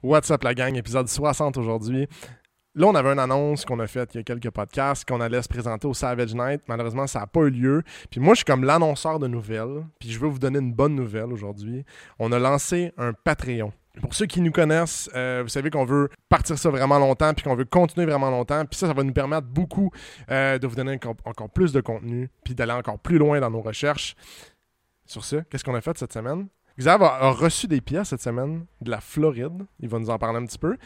What's up la gang, épisode 60 aujourd'hui. Là, on avait une annonce qu'on a faite il y a quelques podcasts qu'on allait se présenter au Savage Night. Malheureusement, ça n'a pas eu lieu. Puis moi, je suis comme l'annonceur de nouvelles. Puis je veux vous donner une bonne nouvelle aujourd'hui. On a lancé un Patreon. Pour ceux qui nous connaissent, euh, vous savez qu'on veut partir ça vraiment longtemps, puis qu'on veut continuer vraiment longtemps. Puis ça, ça va nous permettre beaucoup euh, de vous donner encore- encore plus de contenu, puis d'aller encore plus loin dans nos recherches. Sur ce, qu'est-ce qu'on a fait cette semaine? Xav a, a reçu des pièces cette semaine de la Floride. Il va nous en parler un petit peu.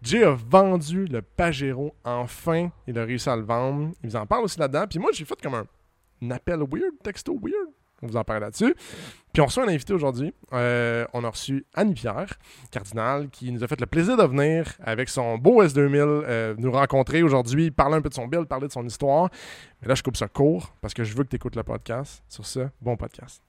Jay a vendu le Pajero enfin. Il a réussi à le vendre. Il vous en parle aussi là-dedans. Puis moi, j'ai fait comme un, un appel weird, texto weird. On vous en parle là-dessus. Puis on reçoit un invité aujourd'hui. Euh, on a reçu Annie Pierre, cardinal, qui nous a fait le plaisir de venir avec son beau S2000 euh, nous rencontrer aujourd'hui, parler un peu de son build, parler de son histoire. Mais là, je coupe ça court parce que je veux que tu écoutes le podcast. Sur ce, bon podcast.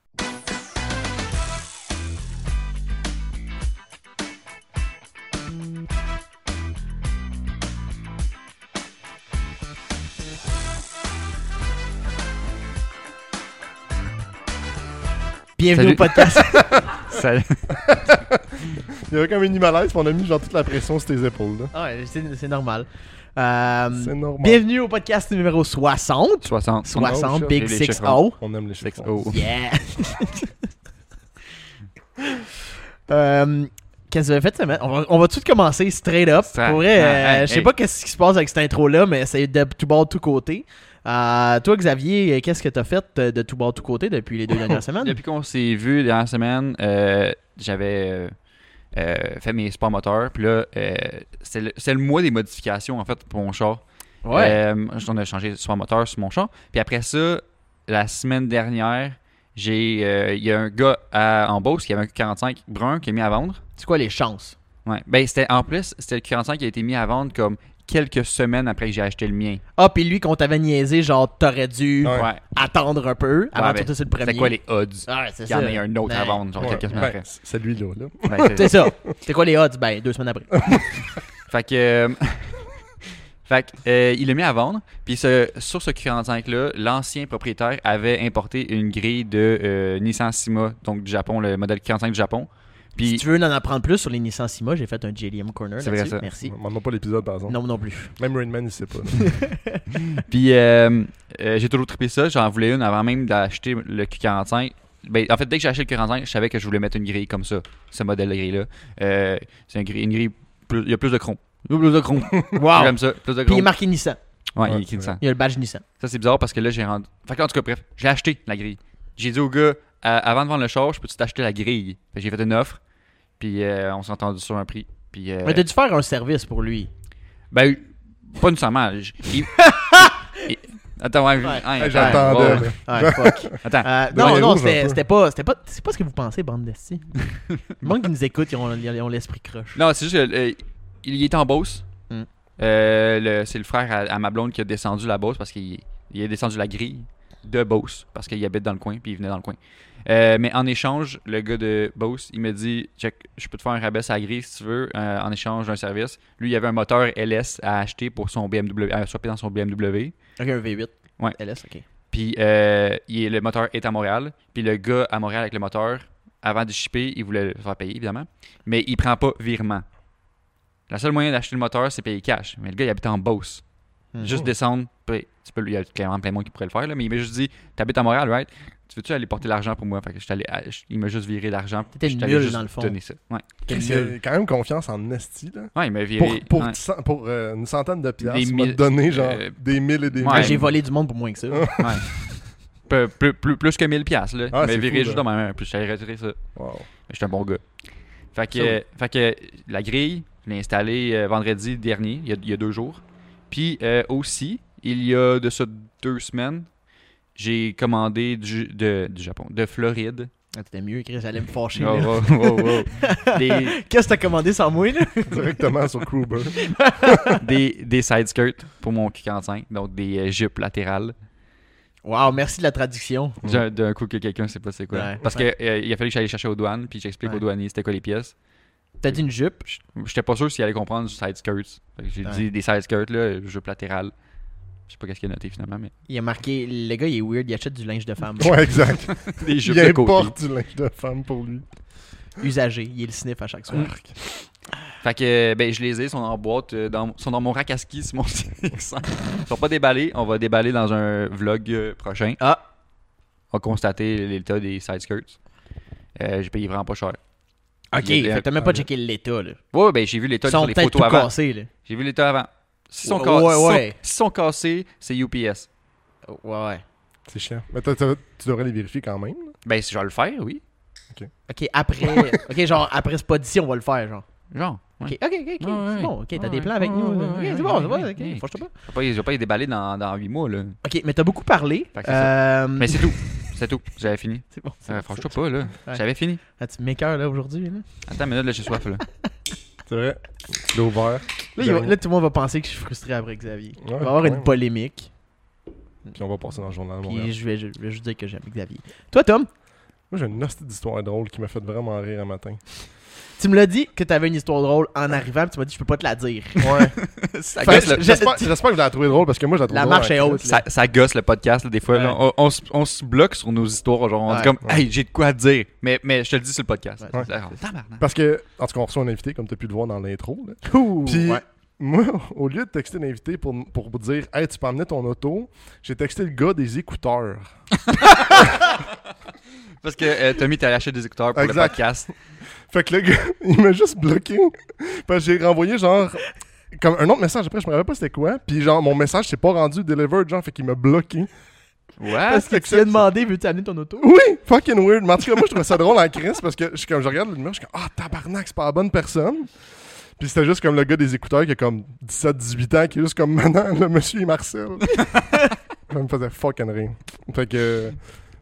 Bienvenue Salut. au podcast. Salut. Il y avait comme un malaise, puis on a mis genre toute la pression sur tes épaules. là. Ah ouais, c'est c'est normal. Euh, C'est normal. bienvenue au podcast numéro 60. 60. 60, shit, Big j'ai les 6 chiffres O. On aime les chiffres. 6 O. Yeah! Euh, Qu'est-ce que vous avez fait cette semaine? On va, on va tout de suite commencer straight up. Straight. Pour vrai, euh, Ah, hey, je sais hey. pas qu'est-ce qui se passe avec cette intro-là, mais c'est de tout bord, tout côté. Euh, toi, Xavier, qu'est-ce que t'as fait de tout bord, tout côté depuis les deux dernières semaines? Depuis qu'on s'est vu la dernière semaine, euh, j'avais euh, euh, fait mes sports moteurs. Puis là, euh, c'est le, c'est le mois des modifications, en fait, pour mon char. Euh, J'en ai changé de sport moteur sur mon char. Puis après ça, la semaine dernière, j'ai euh, il y a un gars à- en Beauce qui avait un 45 brun qui est mis à vendre. C'est quoi les chances? Ouais. Ben, c'était en plus, c'était le 45 qui a été mis à vendre comme quelques semaines après que j'ai acheté le mien. Ah, puis lui, qu'on t'avait niaisé, genre, t'aurais dû Ouais. attendre un peu avant de Ouais, ben, sortir sur le premier. C'était quoi les odds? Ah, c'est Il y en ça. a un autre à Ouais. vendre, genre Ouais, quelques semaines ben, après. c- Celui-là, là. Fait que- C'est ça. C'est quoi les odds? Ben, deux semaines après. Fait que. euh, fait que, euh, il l'a mis à vendre. Puis ce- sur ce Q45-là, l'ancien propriétaire avait importé une grille de euh, Nissan Sima, donc du Japon, le modèle 45 du Japon. Si Puis. tu veux en apprendre plus sur les Nissan Sima, j'ai fait un JDM Corner C'est vrai, là-dessus. ça. Merci. On n'a pas l'épisode, par exemple. Non, non plus. Même Rainman, il sait pas. Puis euh, euh, j'ai toujours trippé ça. J'en voulais une avant même d'acheter le Q45. Ben, en fait, dès que j'ai acheté le Q45, je savais que je voulais mettre une grille comme ça, ce modèle de grille-là. Euh, c'est une grille. une grille plus- il y a plus de chrome. Il y a Plus de chrome. Wow! J'aime ça. Plus de Puis il est chrome. marqué Nissan. Ouais, il Ouais, est écrit ouais. ça. Il y a le badge Nissan. Ça, c'est bizarre parce que là, j'ai rendu. Fait que, en tout cas, bref, j'ai acheté la grille. J'ai dit au gars, euh, avant de vendre le char, je peux-tu t'acheter la grille Fait que J'ai fait une offre, puis euh, on s'est entendu sur un prix. Puis, euh, Mais t'as dû faire un service pour lui. ben, pas nécessairement. j- il- il- Attends, ouais, Ouais. hein, Hey, attends, J'attendais. ouais, ouais. là. Ah, fuck. Attends, Euh, Ben, il non, est non, rouge, un c'était peu. c'était pas, c'était pas, c'est pas ce que vous pensez, bande d'esti. Le monde qui nous écoute, ils ont, ils ont l'esprit croche. non, c'est juste que, euh, il est en Beauce. Mm. Euh, le- c'est le frère à, à ma blonde qui a descendu la Beauce parce qu'il il a descendu la grille de Beauce parce qu'il habite dans le coin, puis il venait dans le coin. Euh, mais en échange, le gars de Bose, il me dit Check, je peux te faire un rabais à gris si tu veux, euh, en échange d'un service. Lui, il avait un moteur LS à acheter pour son BMW, à euh, swapper dans son BMW. Ok, un V8. Ouais. LS, ok. Puis euh, il est- le moteur est à Montréal. Puis le gars à Montréal avec le moteur, avant de shipper, il voulait le faire payer, évidemment. Mais il prend pas virement. La seule moyen d'acheter le moteur, c'est payer cash. Mais le gars, il habite en Beauce. Mhm. Juste descendre, puis tu peux, il y a clairement plein de monde qui pourrait le faire, là, mais il m'a juste dit T'habites à Montréal, right Tu veux-tu aller porter l'argent pour moi Fait que j'étais allé à- je- il m'a juste viré l'argent. puis T'étais j'étais allé nul, juste dans le fond. donner ça. Ouais, Quel Chris, nul. il a quand même confiance en Esti, là. ouais il m'a viré. Pour, pour, ouais, cent- pour, euh, une centaine de piastres, Des il m'a mille- donné genre euh, des mille et des ouais. Ah, mille. J'ai volé du monde pour moins que ça. ouais. Peu- plus, plus, plus que 1000$, piastres, là. Ah, il m'a c'est viré fou, juste là. dans ma main, puis j'étais allé retirer ça. Wow. Mais J'étais un bon gars. Fait que, Ça, oui. euh, fait que la grille, je l'ai installée euh, vendredi dernier, il y a, il y a deux jours. Puis euh, aussi, il y a de ça deux semaines, j'ai commandé du, de, du Japon, de Floride. Ah, T'étais mieux, Chris, j'allais me fâcher. Oh, là. wow, wow, wow. des, Qu'est-ce que t'as commandé sans moi, là? Directement sur Kruber. des, des side skirts pour mon Q45, donc des euh, jupes latérales. Wow, merci de la traduction. D'un d'un coup que quelqu'un sait pas c'est quoi. Ouais. Parce que euh, il a fallu que j'aille chercher aux douanes, puis j'explique Ouais. aux douaniers c'était quoi les pièces. T'as dit une jupe? J- J'étais pas sûr s'il allait comprendre du side skirts. Fait que J'ai Ouais. dit des side skirts, là, jupes latérales. Je sais pas qu'est-ce qu'il a noté finalement, mais Il a marqué, le gars, il est weird, il achète du linge de femme. ouais, exact. des jupes Il de côté. importe du linge de femme pour lui. usagé. Il est le sniff à chaque soir. Fait que, ben, je les ai, ils sont en boîte, euh, dans, sont dans mon rack à ski sur mon CX-100. Ils sont pas déballés, on va déballer dans un vlog euh, prochain. Ah. On va constater l'état des side skirts. Euh, j'ai payé vraiment pas cher. Ok, Il était- fait que t'as même pas checké l'état. Là. Ouais, ouais, ben, j'ai vu l'état Ils sur sont euh, les peut-être tout photos avant. cassés. Là. J'ai vu l'état avant. S'ils sont, Ouais, ca- ouais, s'ils sont- ouais. s'ils sont cassés, c'est UPS. Ouais, ouais. C'est chiant. Mais t'as- t'as- tu devrais les vérifier quand même. Ben, si je vais le faire, oui. Ok, après. ok, genre, après ce pas d'ici, on va le faire, genre. Genre. ouais. Ok, ok, ok, ok, Ouais, ouais. c'est bon, ok, t'as Ouais, des plans ouais, avec ouais, nous. ouais, là. Ok, ouais, c'est bon, c'est ouais, bon, ouais, ok, ouais. fâche-toi pas. Je vais pas- je vais pas les déballer dans, dans 8 mois, là. Ok, mais t'as beaucoup parlé. Fait que c'est ça. Euh, Mais c'est tout. C'est tout. J'avais fini. c'est bon. c'est Euh, bon, franchement pas, là. Ouais. J'avais fini. c'est- Ah, tu m'écœures, là, aujourd'hui. Là, Attends une minute, là, j'ai soif, là. C'est vrai. Tu l'as ouvert. là, il va- Dernier. là, tout le monde va penser que je suis frustré après Xavier. Ouais, Il va y avoir quand une même. polémique. Puis on va passer dans le journal de Montréal. Puis je vais, je vais juste dire que j'aime Xavier. Toi, Tom, Moi, j'ai une hostie d'histoire drôle qui m'a fait vraiment rire un matin. tu me l'as dit que t'avais une histoire drôle en arrivant, puis tu m'as dit je peux pas te la dire. Ouais. ça, Fait gosse, que- le, J'espère j'espère que vous l'avez trouvé drôle parce que moi, je la trouve La drôle, marche hein. est haute. là. ça, ça gosse le podcast, là, des fois. Ouais. là. on on se- on se bloque sur nos histoires. Genre, on Ouais. dit comme, Ouais. hey, j'ai de quoi à dire. Mais, mais je te le dis sur le podcast. Ouais. Ouais. Parce que, en tout cas, on reçoit un invité, comme tu as pu le voir dans l'intro. là. Ouh, Puis, ouais. moi, au lieu de texter l'invité pour, pour dire Hey, tu peux emmener ton auto, j'ai texté le gars des écouteurs. Parce que euh, Tommy, t'as acheté des écouteurs pour le Exact. podcast. Fait que le gars, il m'a juste bloqué. Parce que j'ai renvoyé genre. Comme un autre message après, je me rappelle pas c'était quoi. Puis genre, mon message s'est pas rendu delivered, genre, fait qu'il m'a bloqué. Ouais. Parce Ah, que tu lui as demandé, veux-tu amener ton auto Oui, fucking weird. Mais en tout cas, moi, je trouvais ça drôle en crise parce que je, suis comme, je regarde le numéro, je suis comme, ah, tabarnak, c'est pas la bonne personne. Puis c'était juste comme le gars des écouteurs qui a comme 17-18 ans, qui est juste comme, maintenant, le monsieur est Marcel. ça me faisait fucking rire. Fait que, euh,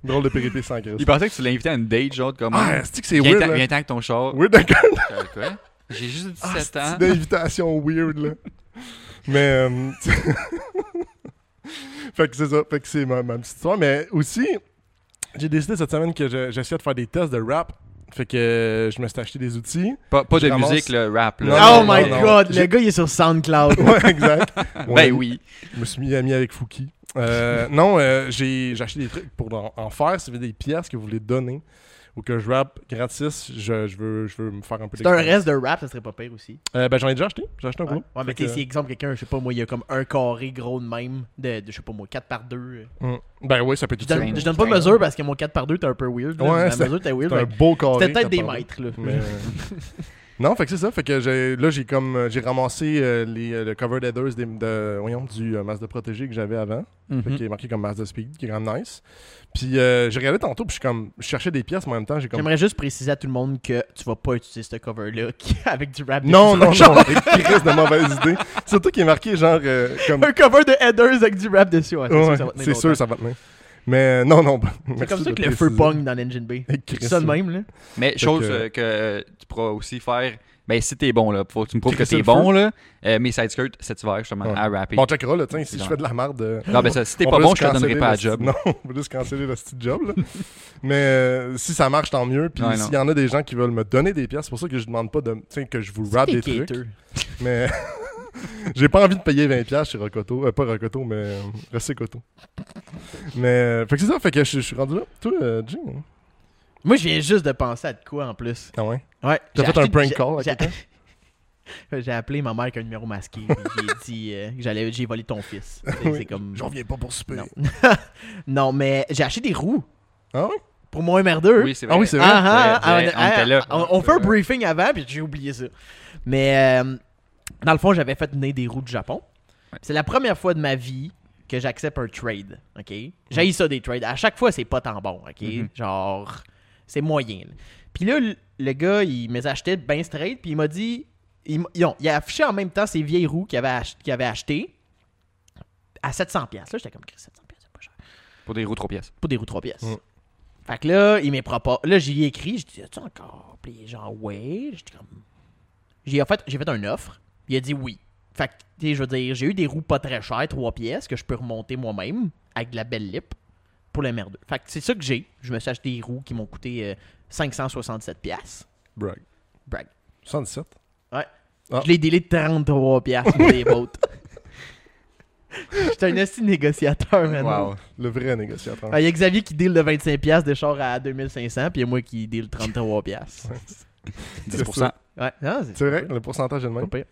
drôle de péripétie en crise. Il pensait que tu l'invitais à une date, genre, comme. Ah, cest que c'est viens weird, ten là? avec ton char. Weird, d'accord. Euh, quoi? J'ai juste 17 Ah, ans. c'est une invitation weird, là. Mais, euh, fait que c'est ça. Fait que c'est ma, ma petite histoire. Mais aussi, j'ai décidé cette semaine que je- j'essayais de faire des tests de rap. Fait que euh, je me suis acheté des outils. Pas, pas de Je ramasse- musique, le rap. Là. Oh Non, my non, non. god, le J'ai- gars il est sur SoundCloud. Ouais, exact. Ouais, Ben oui. Je me suis mis ami avec Fouki. Euh, non, euh, j'ai j'ai acheté des trucs pour en, en faire. Si vous avez des pièces que vous voulez donner ou que je rappe gratis, je, je veux, je veux me faire un peu C'est un d'expérience. reste de rap, ça serait pas pire aussi. Euh, ben, j'en ai déjà acheté. J'ai acheté un Ouais, groupe. Ouais, mais Fait tu que- sais, si exemple quelqu'un, je sais pas moi, il y a comme un carré gros de même, de, de, je sais pas moi, 4 par 2. Mm. Ben oui, ça peut être Je utile. donne, je donne pas de mesure parce que mon 4 par 2 t'es un peu weird. là. Ouais, Ma c'est- mesure t'es weird. C'est un fait- beau carré. C'était peut-être t'as des parlé. mètres là. Mais, euh, non, fait que c'est ça. Fait que j'ai- là, j'ai comme euh, j'ai ramassé euh, les, euh, le cover d'Heathers des- de, voyons, du euh, Mazda Protégé que j'avais avant, Mhm. fait qui est marqué comme Mazda Speed, qui est quand même nice. Puis euh, j'ai regardé tantôt, puis je suis comme, je cherchais des pièces, mais en même temps, j'ai comme. J'aimerais juste préciser à tout le monde que tu vas pas utiliser ce cover là avec du rap. Non, dessus. non, non, qui risque de mauvaise idée. Surtout qui est marqué genre euh, comme. Un cover de headers avec du rap dessus. Ouais, c'est sûr, Ouais, ça va tenir c'est sûr, longtemps. ça va tenir. Mais euh, non, non. C'est comme ça que le feu pogne dans l'engine B. C'est ça de même là. Mais chose que- euh, que euh, tu pourras aussi faire, ben si t'es bon, là, faut que tu me prouves que Crisser t'es le bon, là, euh, mes sideskirts cet hiver, justement, Ouais. à rapper. Bon, on checkera, là, tiens, si C'est je fais de la merde. euh, non, ben ça, si t'es On pas peut bon, juste je te donnerai canceller pas le à sti- job. Non, on va juste canceller le petit job. là. Mais euh, si ça marche, tant mieux. Puis Ouais, s'il y en a des gens qui veululent me donner des pièces, c'est pour ça que je demande pas de, tu sais, que je vous rappe des T'es trucs. cater. Mais j'ai pas envie de payer 20 pièces chez Rocoto. Euh, pas Rocoto, mais euh, Ressécoto. Mais euh, fait que c'est ça. Fait que je je suis rendu là. Toi, euh, Jay, hein? Moi je viens juste de penser à de quoi en plus. ah ouais. Ouais. T'as j'ai fait un acheté- prank j'ai- call à j'ai- J'ai appelé ma mère avec un numéro masqué. puis J'ai dit euh, que j'allais, j'ai volé ton fils. C'est- Oui. C'est comme. J'en viens pas pour souper. Non. non, mais j'ai acheté des roues Ah ouais? pour mon MR2. Oui, c'est vrai. Ah oui, c'est Ah, vrai. ah, ah, C'est vrai, ah, on était là. ah, on- on fait un C'est vrai. briefing avant, puis j'ai oublié ça. Mais euh, dans le fond, j'avais fait venir des roues du Japon. Ouais. C'est la première fois de ma vie que j'accepte un trade. OK? J'ai ça des trades. À chaque fois, c'est pas tant bon. OK? Mhm. Genre, c'est moyen. là. Puis là, le- le gars, il me les achetait ben straight, puis il m'a dit. Il, m- ils ont- il a affiché en même temps ses vieilles roues qu'il avait, ach- qu'il avait achetées à 700$. piastres. Là, j'étais comme, Chris, 700$, piastres, c'est pas cher Pour des roues trois pièces. pour des roues trois pièces. Mm. Fait que là, il m'est propos. Là, j'y ai écrit, j'ai dit, as-tu encore? Puis les gens, ouais. J'étais comme. J'ai fait, j'ai fait une offre. Il a dit oui. Fait que, tu sais, je veux dire, j'ai eu des roues pas très chères, trois pièces, que je peux remonter moi-même, avec de la belle lip, pour le merdeux. Fait que c'est ça que j'ai. Je me suis acheté des roues qui m'ont coûté euh, 567 pièces. Brag. Brag. 77. Ouais. Ah. Je l'ai délé de 33 pièces pour les bottes. J'étais un assis négociateur, maintenant. Wow. Ah Le vrai négociateur. Ah, Il y a Xavier qui deal le 25$ de char à 2500, puis il y a moi qui deal 33$. C'est 10%. ça. ouais, non, c'est C'est vrai, le pourcentage est le pas même. pire.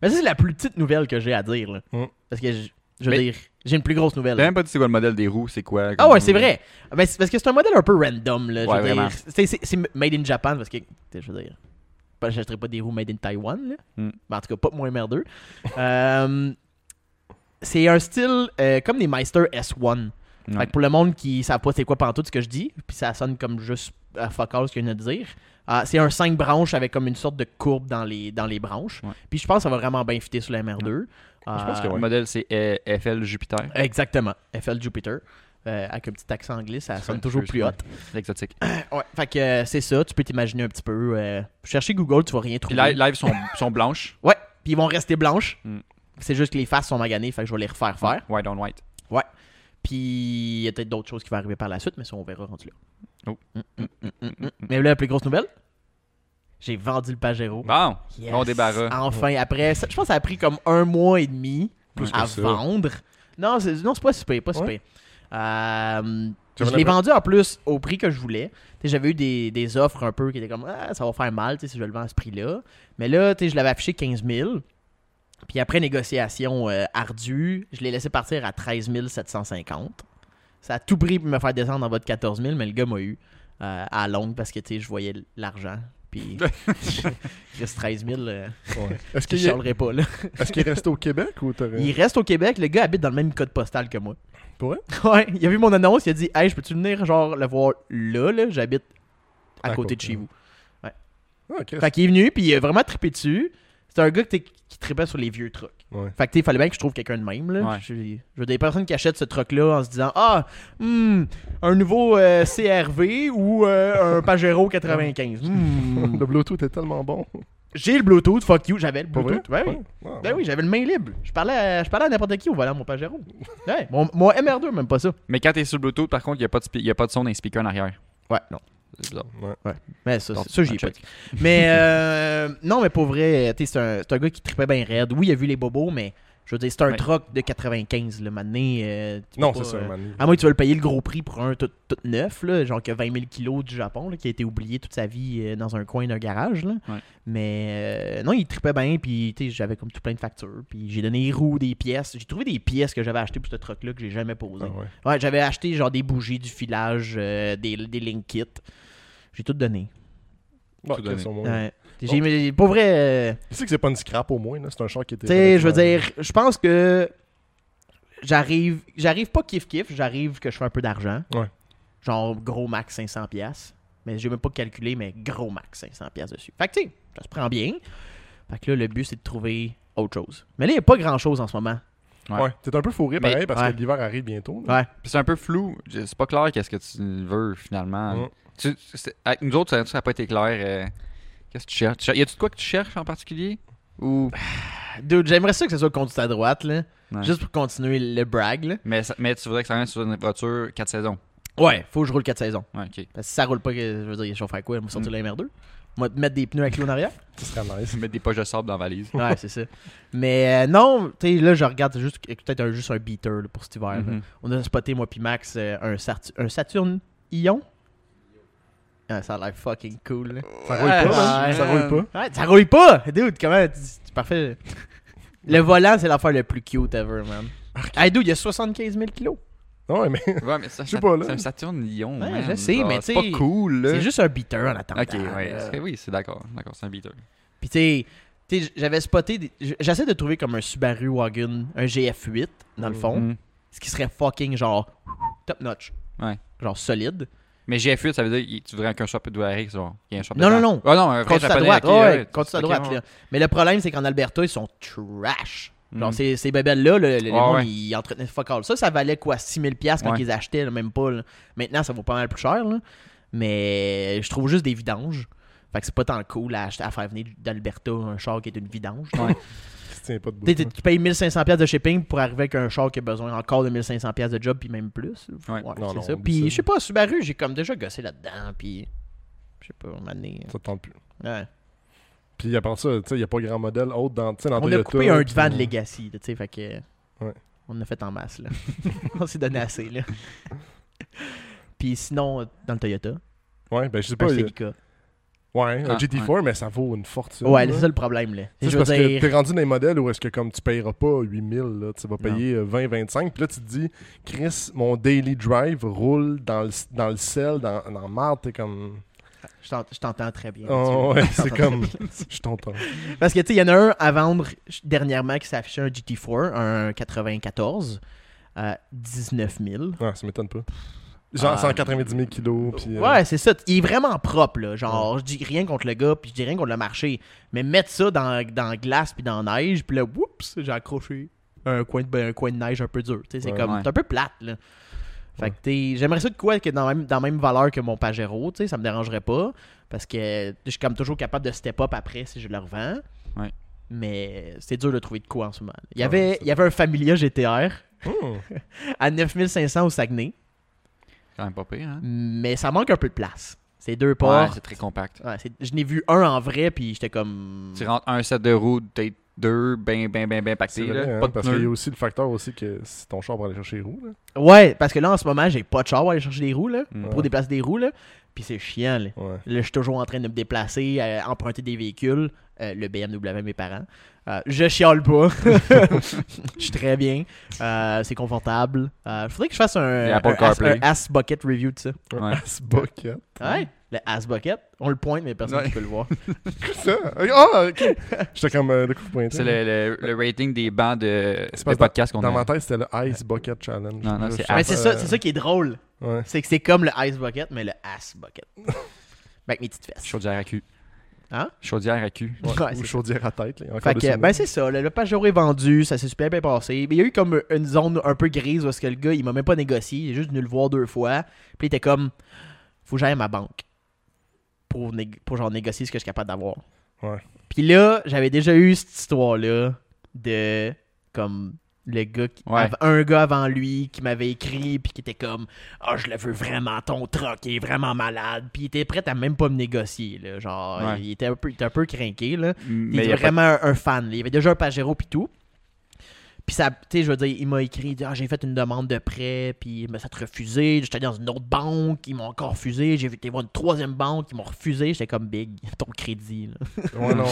Mais ça, c'est la plus petite nouvelle que j'ai à dire. là. Mm. Parce que, je, je veux Mais- dire, j'ai une plus grosse nouvelle. T'as même pas dit c'est quoi le modèle des roues, c'est quoi. Ah comme- ouais, c'est vrai. Mais c'est parce que c'est un modèle un peu random. Là, je Ouais, veux dire. vraiment. C'est- c'est- C'est made in Japan parce que, tu sais, je veux dire, pas- j'achèterais pas des roues made in Taiwan. Là. Mm. Mais en tout cas, pas moins merdeux. Euh, c'est un style euh, comme les Meister S1. Ouais. Fait que pour le monde qui savent pas c'est quoi pantoute ce que je dis, puis ça sonne comme juste à fuck all ce qu'il y en a à dire. ah, c'est un 5 branches avec comme une sorte de courbe dans les, dans les branches. Ouais. Puis je pense que ça va vraiment bien fitter sur la MR2. Je pense Ah, que le modèle c'est euh, FL Jupiter. Eh, Exactement. FL Jupiter. Euh, avec un petit accent anglais, ça sonne toujours plus haute. L'exotique. Ouais, fait que euh, c'est ça, tu peux t'imaginer un petit peu. Euh, chercher Google, tu vas rien Puis trouver. live, live sont, sont blanches. Ouais, puis ils vont rester blanches. Mm. C'est juste que les faces sont maganées, fait que je vais les refaire faire. White on white. Puis il y a peut-être d'autres choses qui vont arriver par la suite, mais ça, on verra rendu là. Oh. Mm, mm, mm, mm, mm. Mais là, la plus grosse nouvelle, j'ai vendu le Pajero. Bon, Yes. bon débarras. Enfin, après, ça- je pense que ça a pris comme un mois et demi Plus que à ça. vendre. Non, c'est non, c'est pas super, pas Ouais. super. Euh, Tu je avais l'ai l'impression- vendu en plus au prix que je voulais. Tu sais, J'avais eu des, des offres un peu qui étaient comme ah, ça va faire mal tu sais, si je le vends à ce prix-là. Mais là, tu sais, je l'avais affiché 15 000. Puis après négociation euh, ardue, je l'ai laissé partir à 13 750. Ça a tout pris pour me faire descendre en bas de 14 000, mais le gars m'a eu euh, à longue parce que tu sais, je voyais l'argent. Puis il reste 13 000, euh, Ouais. Est-ce je qu'il est, chialerais pas. Là. est-ce qu'il est resté au Québec ou t'aurais. Il reste au Québec, le gars habite dans le même code postal que moi. Pour vrai? Ouais, il a vu mon annonce, il a dit Hey, je peux-tu venir genre le voir là, là J'habite à, À côté de côté. chez vous. Ah, Chris. Fait qu'il est venu, puis il a vraiment trippé dessus. C'est un gars que t'es- qui tripait sur les vieux trucs. Ouais. Fait que, tu sais, il fallait bien que je trouve quelqu'un de même. Là. Ouais. Je, je veux des personnes qui achètent ce truc-là en se disant Ah, hmm, un nouveau euh, CRV ou euh, un Pajero 95. Hmm. Le Bluetooth est tellement bon. J'ai le Bluetooth, fuck you, j'avais le Pour vrai? Bluetooth. Ouais, oui. Ouais. Ah, Ben oui, j'avais le main libre. Je parlais à, je parlais à n'importe qui au volant de mon Pajero. Ouais, mon, mon MR2, même pas ça. Mais quand t'es sur le Bluetooth, par contre, il n'y a, pas de spe- y a pas de son dans les speakers en arrière. Ouais, non. C'est bizarre. Ouais. Mais ça, Donc, c'est- ça j'y ai un pas. check. dit. Mais euh, non, mais pour vrai, tu sais, c'est un, c'est un gars qui tripait bien raide. Oui, il a vu les bobos, mais je veux dire, c'est un Ouais. troc de 95, le mané. euh, tu peux Non, pas, c'est ça, euh, man. À moins que tu veux le payer le gros prix pour un tout, tout neuf, là, genre que 20 000 kilos du Japon, là, qui a été oublié toute sa vie euh, dans un coin d'un garage. Là. Ouais. Mais euh, non, il tripait bien, puis tu sais, j'avais comme tout plein de factures. Puis j'ai donné les roues, des pièces. J'ai trouvé des pièces que j'avais achetées pour ce truc-là que j'ai jamais posé. Ah, ouais. Ouais, j'avais acheté genre des bougies, du filage, euh, des, des link kits. J'ai tout donné. Bon, Tout Chris, donné. au moins. Ouais. J'ai, mais pour vrai, euh, Tu sais que c'est pas une scrap au moins, là. C'est un char qui était. tu sais, je veux dire, je pense que j'arrive, j'arrive pas kiff kiff, j'arrive que je fais un peu d'argent. Ouais. Genre gros max 500 pièces, mais j'ai même pas calculé mais gros max 500 pièces dessus. Fait que tu sais, ça se prend bien. Fait que là le but c'est de trouver autre chose. Mais là il y a pas grand-chose en ce moment. Ouais. Ouais. T'es un peu fourré Mais- pareil parce ouais. que l'hiver arrive bientôt. là. Ouais. Puis C'est un peu flou. Je- C'est pas clair qu'est-ce que tu veux finalement. Mm. Tu- c'est- avec nous autres, ça- ça n'a pas été clair. euh, qu'est-ce que tu cherches? Tu cher- Y a-tu de quoi que tu cherches en particulier? Ou... Dude, j'aimerais ça que ça soit conduite à droite là, Ouais. juste pour continuer le brag là. Mais, ça- mais tu voudrais que ça reste sur une voiture 4 saisons. Ouais, faut que je roule 4 saisons. Ouais, ok. Parce que si ça roule pas, que- je veux dire, je vais faire quoi? Je vais sortir la MR2? Moi, mettre des pneus à clous en arrière? Ce serait nice. Mettre des poches de sable dans la valise. Ouais, c'est ça. Mais euh, non, tu sais, là, je regarde juste peut-être un, juste un beater là, pour cet hiver. là. Mhm. On a spoté, moi puis Max, euh, un, Sat- un Saturn Ion. Ah, ça a l'air fucking cool. là. Ça roule pas, man. Ouais. Ça roule pas. Ouais, ça rouille pas! Dude, comment? tu- C'est parfait. Le volant, c'est l'affaire le plus cute ever, man. Hey, dude, il y a 75 000 kilos. Ouais, mais. Ouais, mais ça, Je sais ça- pas, là. c'est un Saturn Lyon. Ouais, je sais, mais Ah, c'est t'sais, pas cool, là. C'est juste Euh, un beater en attendant. Ok, ouais. là. c'est- Oui, c'est d'accord. D'accord, c'est un beater. Puis tu sais, tu sais, j'avais spoté. des- J'essaie de trouver comme un Subaru Wagon, un GF8, dans le fond. Mm. Ce qui serait fucking genre top notch. Ouais. Genre solide. Mais GF8, ça veut dire que tu voudrais qu'un shop de RX, genre. qu'il y ait un shop Non, dedans. non, non. Ah non, un vrai Contre à japonais. euh, droite. ok, ouais, ouais, contre à ok, droite. ouais. là. Mais le problème, c'est qu'en Alberta, ils sont trash. Genre, Mm. ces, ces bébelles-là, le, le- les Ouais, gens, ouais. ils entretenaient fuck all. Ça, ça valait quoi 6000$ quand Ouais. ils achetaient, là, même pas. là. Maintenant, ça vaut pas mal plus cher. là. Mais je trouve juste des vidanges. Fait que c'est pas tant cool à, acheter- à faire venir d'Alberta un char qui est une vidange. Ça se tient pas de bout. Tu sais, tu- tu payes 1500 pièces de shipping pour arriver avec un char qui a besoin encore de 1500 pièces de job puis même plus. Ouais. Non, c'est non, ça. oublie Puis ça. je sais pas Subaru, j'ai comme déjà gossé là-dedans puis je sais pas, un moment donné, euh, Ça te tente plus. ouais. Puis à part ça, tu sais, il n'y a pas grand modèle autre dans. tu sais, dans On a Toyota, coupé un puis- divan de Legacy, là, tu sais, fait que Ouais. On en a fait en masse, là. on s'est donné assez, là. Puis sinon, dans le Toyota, Ouais, ben je sais pas. un il y a- Celica. Ouais, un Ah, GT4, mais ça vaut une fortune. Ouais, là. c'est ça le problème, là. Tu sais, Je c'est veux parce que dire, t'es rendu dans les modèles où est-ce que comme tu payeras pas 8000, là, tu vas payer euh, 20, 25, puis là tu te dis, Chris, mon daily drive roule dans le, dans le sel, dans, dans marde, t'es comme, je t'en- je t'entends très bien. oh Mathieu. ouais, c'est Je t'entends très comme, bien. je t'entends. Parce que, tu sais, il y en a un à vendre ch- dernièrement qui s'affichait un GT4, un euh, 94, à 19 000. Ouais, ça m'étonne pas. Genre Ah. 190 000 kilos, puis euh, Ouais, c'est ça. Il est vraiment propre, là. Genre, je dis rien contre le gars, puis je dis rien contre le marché. Mais mettre ça dans, dans glace, puis dans neige, puis là, oups, j'ai accroché un coin, de, ben, un coin de neige un peu dur. Tu sais, c'est Ouais. comme, Ouais. c'est un peu plate, là. Fait que Ouais. t'es- j'aimerais ça de quoi que dans la même, dans la même valeur que mon Pajero, tu sais, ça me dérangerait pas. Parce que je suis comme toujours capable de step up après si je le revends. Ouais. Mais c'est dur de trouver de quoi en ce moment. Il y Ah, Ouais, avait, c'est il y avait un Familia GTR hmm, à 9500 au Saguenay, quand même pas pire, hein? mais ça manque un peu de place. C'est deux Ouais, portes. c'est très compact. Ouais, c'est- je n'ai vu un en vrai, puis j'étais comme. Tu rentres un set de roues, peut-être deux, ben, ben, ben, ben c'est pacté, vrai, là. hein, Pas de parce qu'il y a pneus. aussi le facteur aussi que si ton char va aller chercher les roues, là. Ouais, parce que là, en ce moment, j'ai pas de char pour aller chercher des roues, là, Mm. pour déplacer des roues, là. Puis c'est chiant, là. Ouais. Là, je suis toujours en train de me déplacer, euh, emprunter des véhicules, euh, le BMW à mes parents. Euh, je chiale pas. je suis très bien. Euh, c'est confortable. Euh, faudrait que je fasse un, Les Apple un, As- CarPlay. un As Bucket review de ça. Ouais. Ah, c'est bucket. Ouais, le As Bucket. On le pointe, mais personne Ouais. ne peut le voir. Ça, ah, ok. J'étais comme euh, de coup de pointer. C'est le, le- le rating des bancs de, C'est de parce que podcast qu'on Dans ma a. tête, c'était le Ice Bucket Challenge. Non, non, Là, c'est je Mais As- c'est pense, ça, euh, c'est ça qui est drôle. Ouais. C'est que c'est comme le Ice Bucket, mais le As Bucket. Ben, avec mes petites fesses. Chaudière à cul. Hein? Chaudière à cul. Ouais, Ouais, ou c'est chaudière à tête. Là, encore Fait deux que, souvenirs. ben c'est ça, le, le Pajero est vendu, ça s'est super bien passé. Mais il y a eu comme euh, une zone un peu grise où est-ce que le gars, il m'a même pas négocié, j'ai juste venu le voir deux fois. Puis il était comme, faut que j'aille à ma banque pour, nég- pour genre négocier ce que je suis capable d'avoir. Ouais. Puis là, j'avais déjà eu cette histoire-là de comme le gars qui- Ouais. av- un gars avant lui qui m'avait écrit puis qui était comme ah je le veux vraiment ton truck il est vraiment malade puis il était prêt à même pas me négocier là genre Ouais. il était un peu il était un peu crinqué là il Mais il y était a pas- vraiment un- un fan. là. Il y avait déjà un Pajero puis tout. Puis ça, tu sais, je veux dire, il m'a écrit, il dit, ah, j'ai fait une demande de prêt, puis mais ça te refusé. J'étais allé dans une autre banque, ils m'ont encore refusé. J'ai été voir une troisième banque, ils m'ont refusé. J'étais comme big, ton crédit. Là. Ouais, non.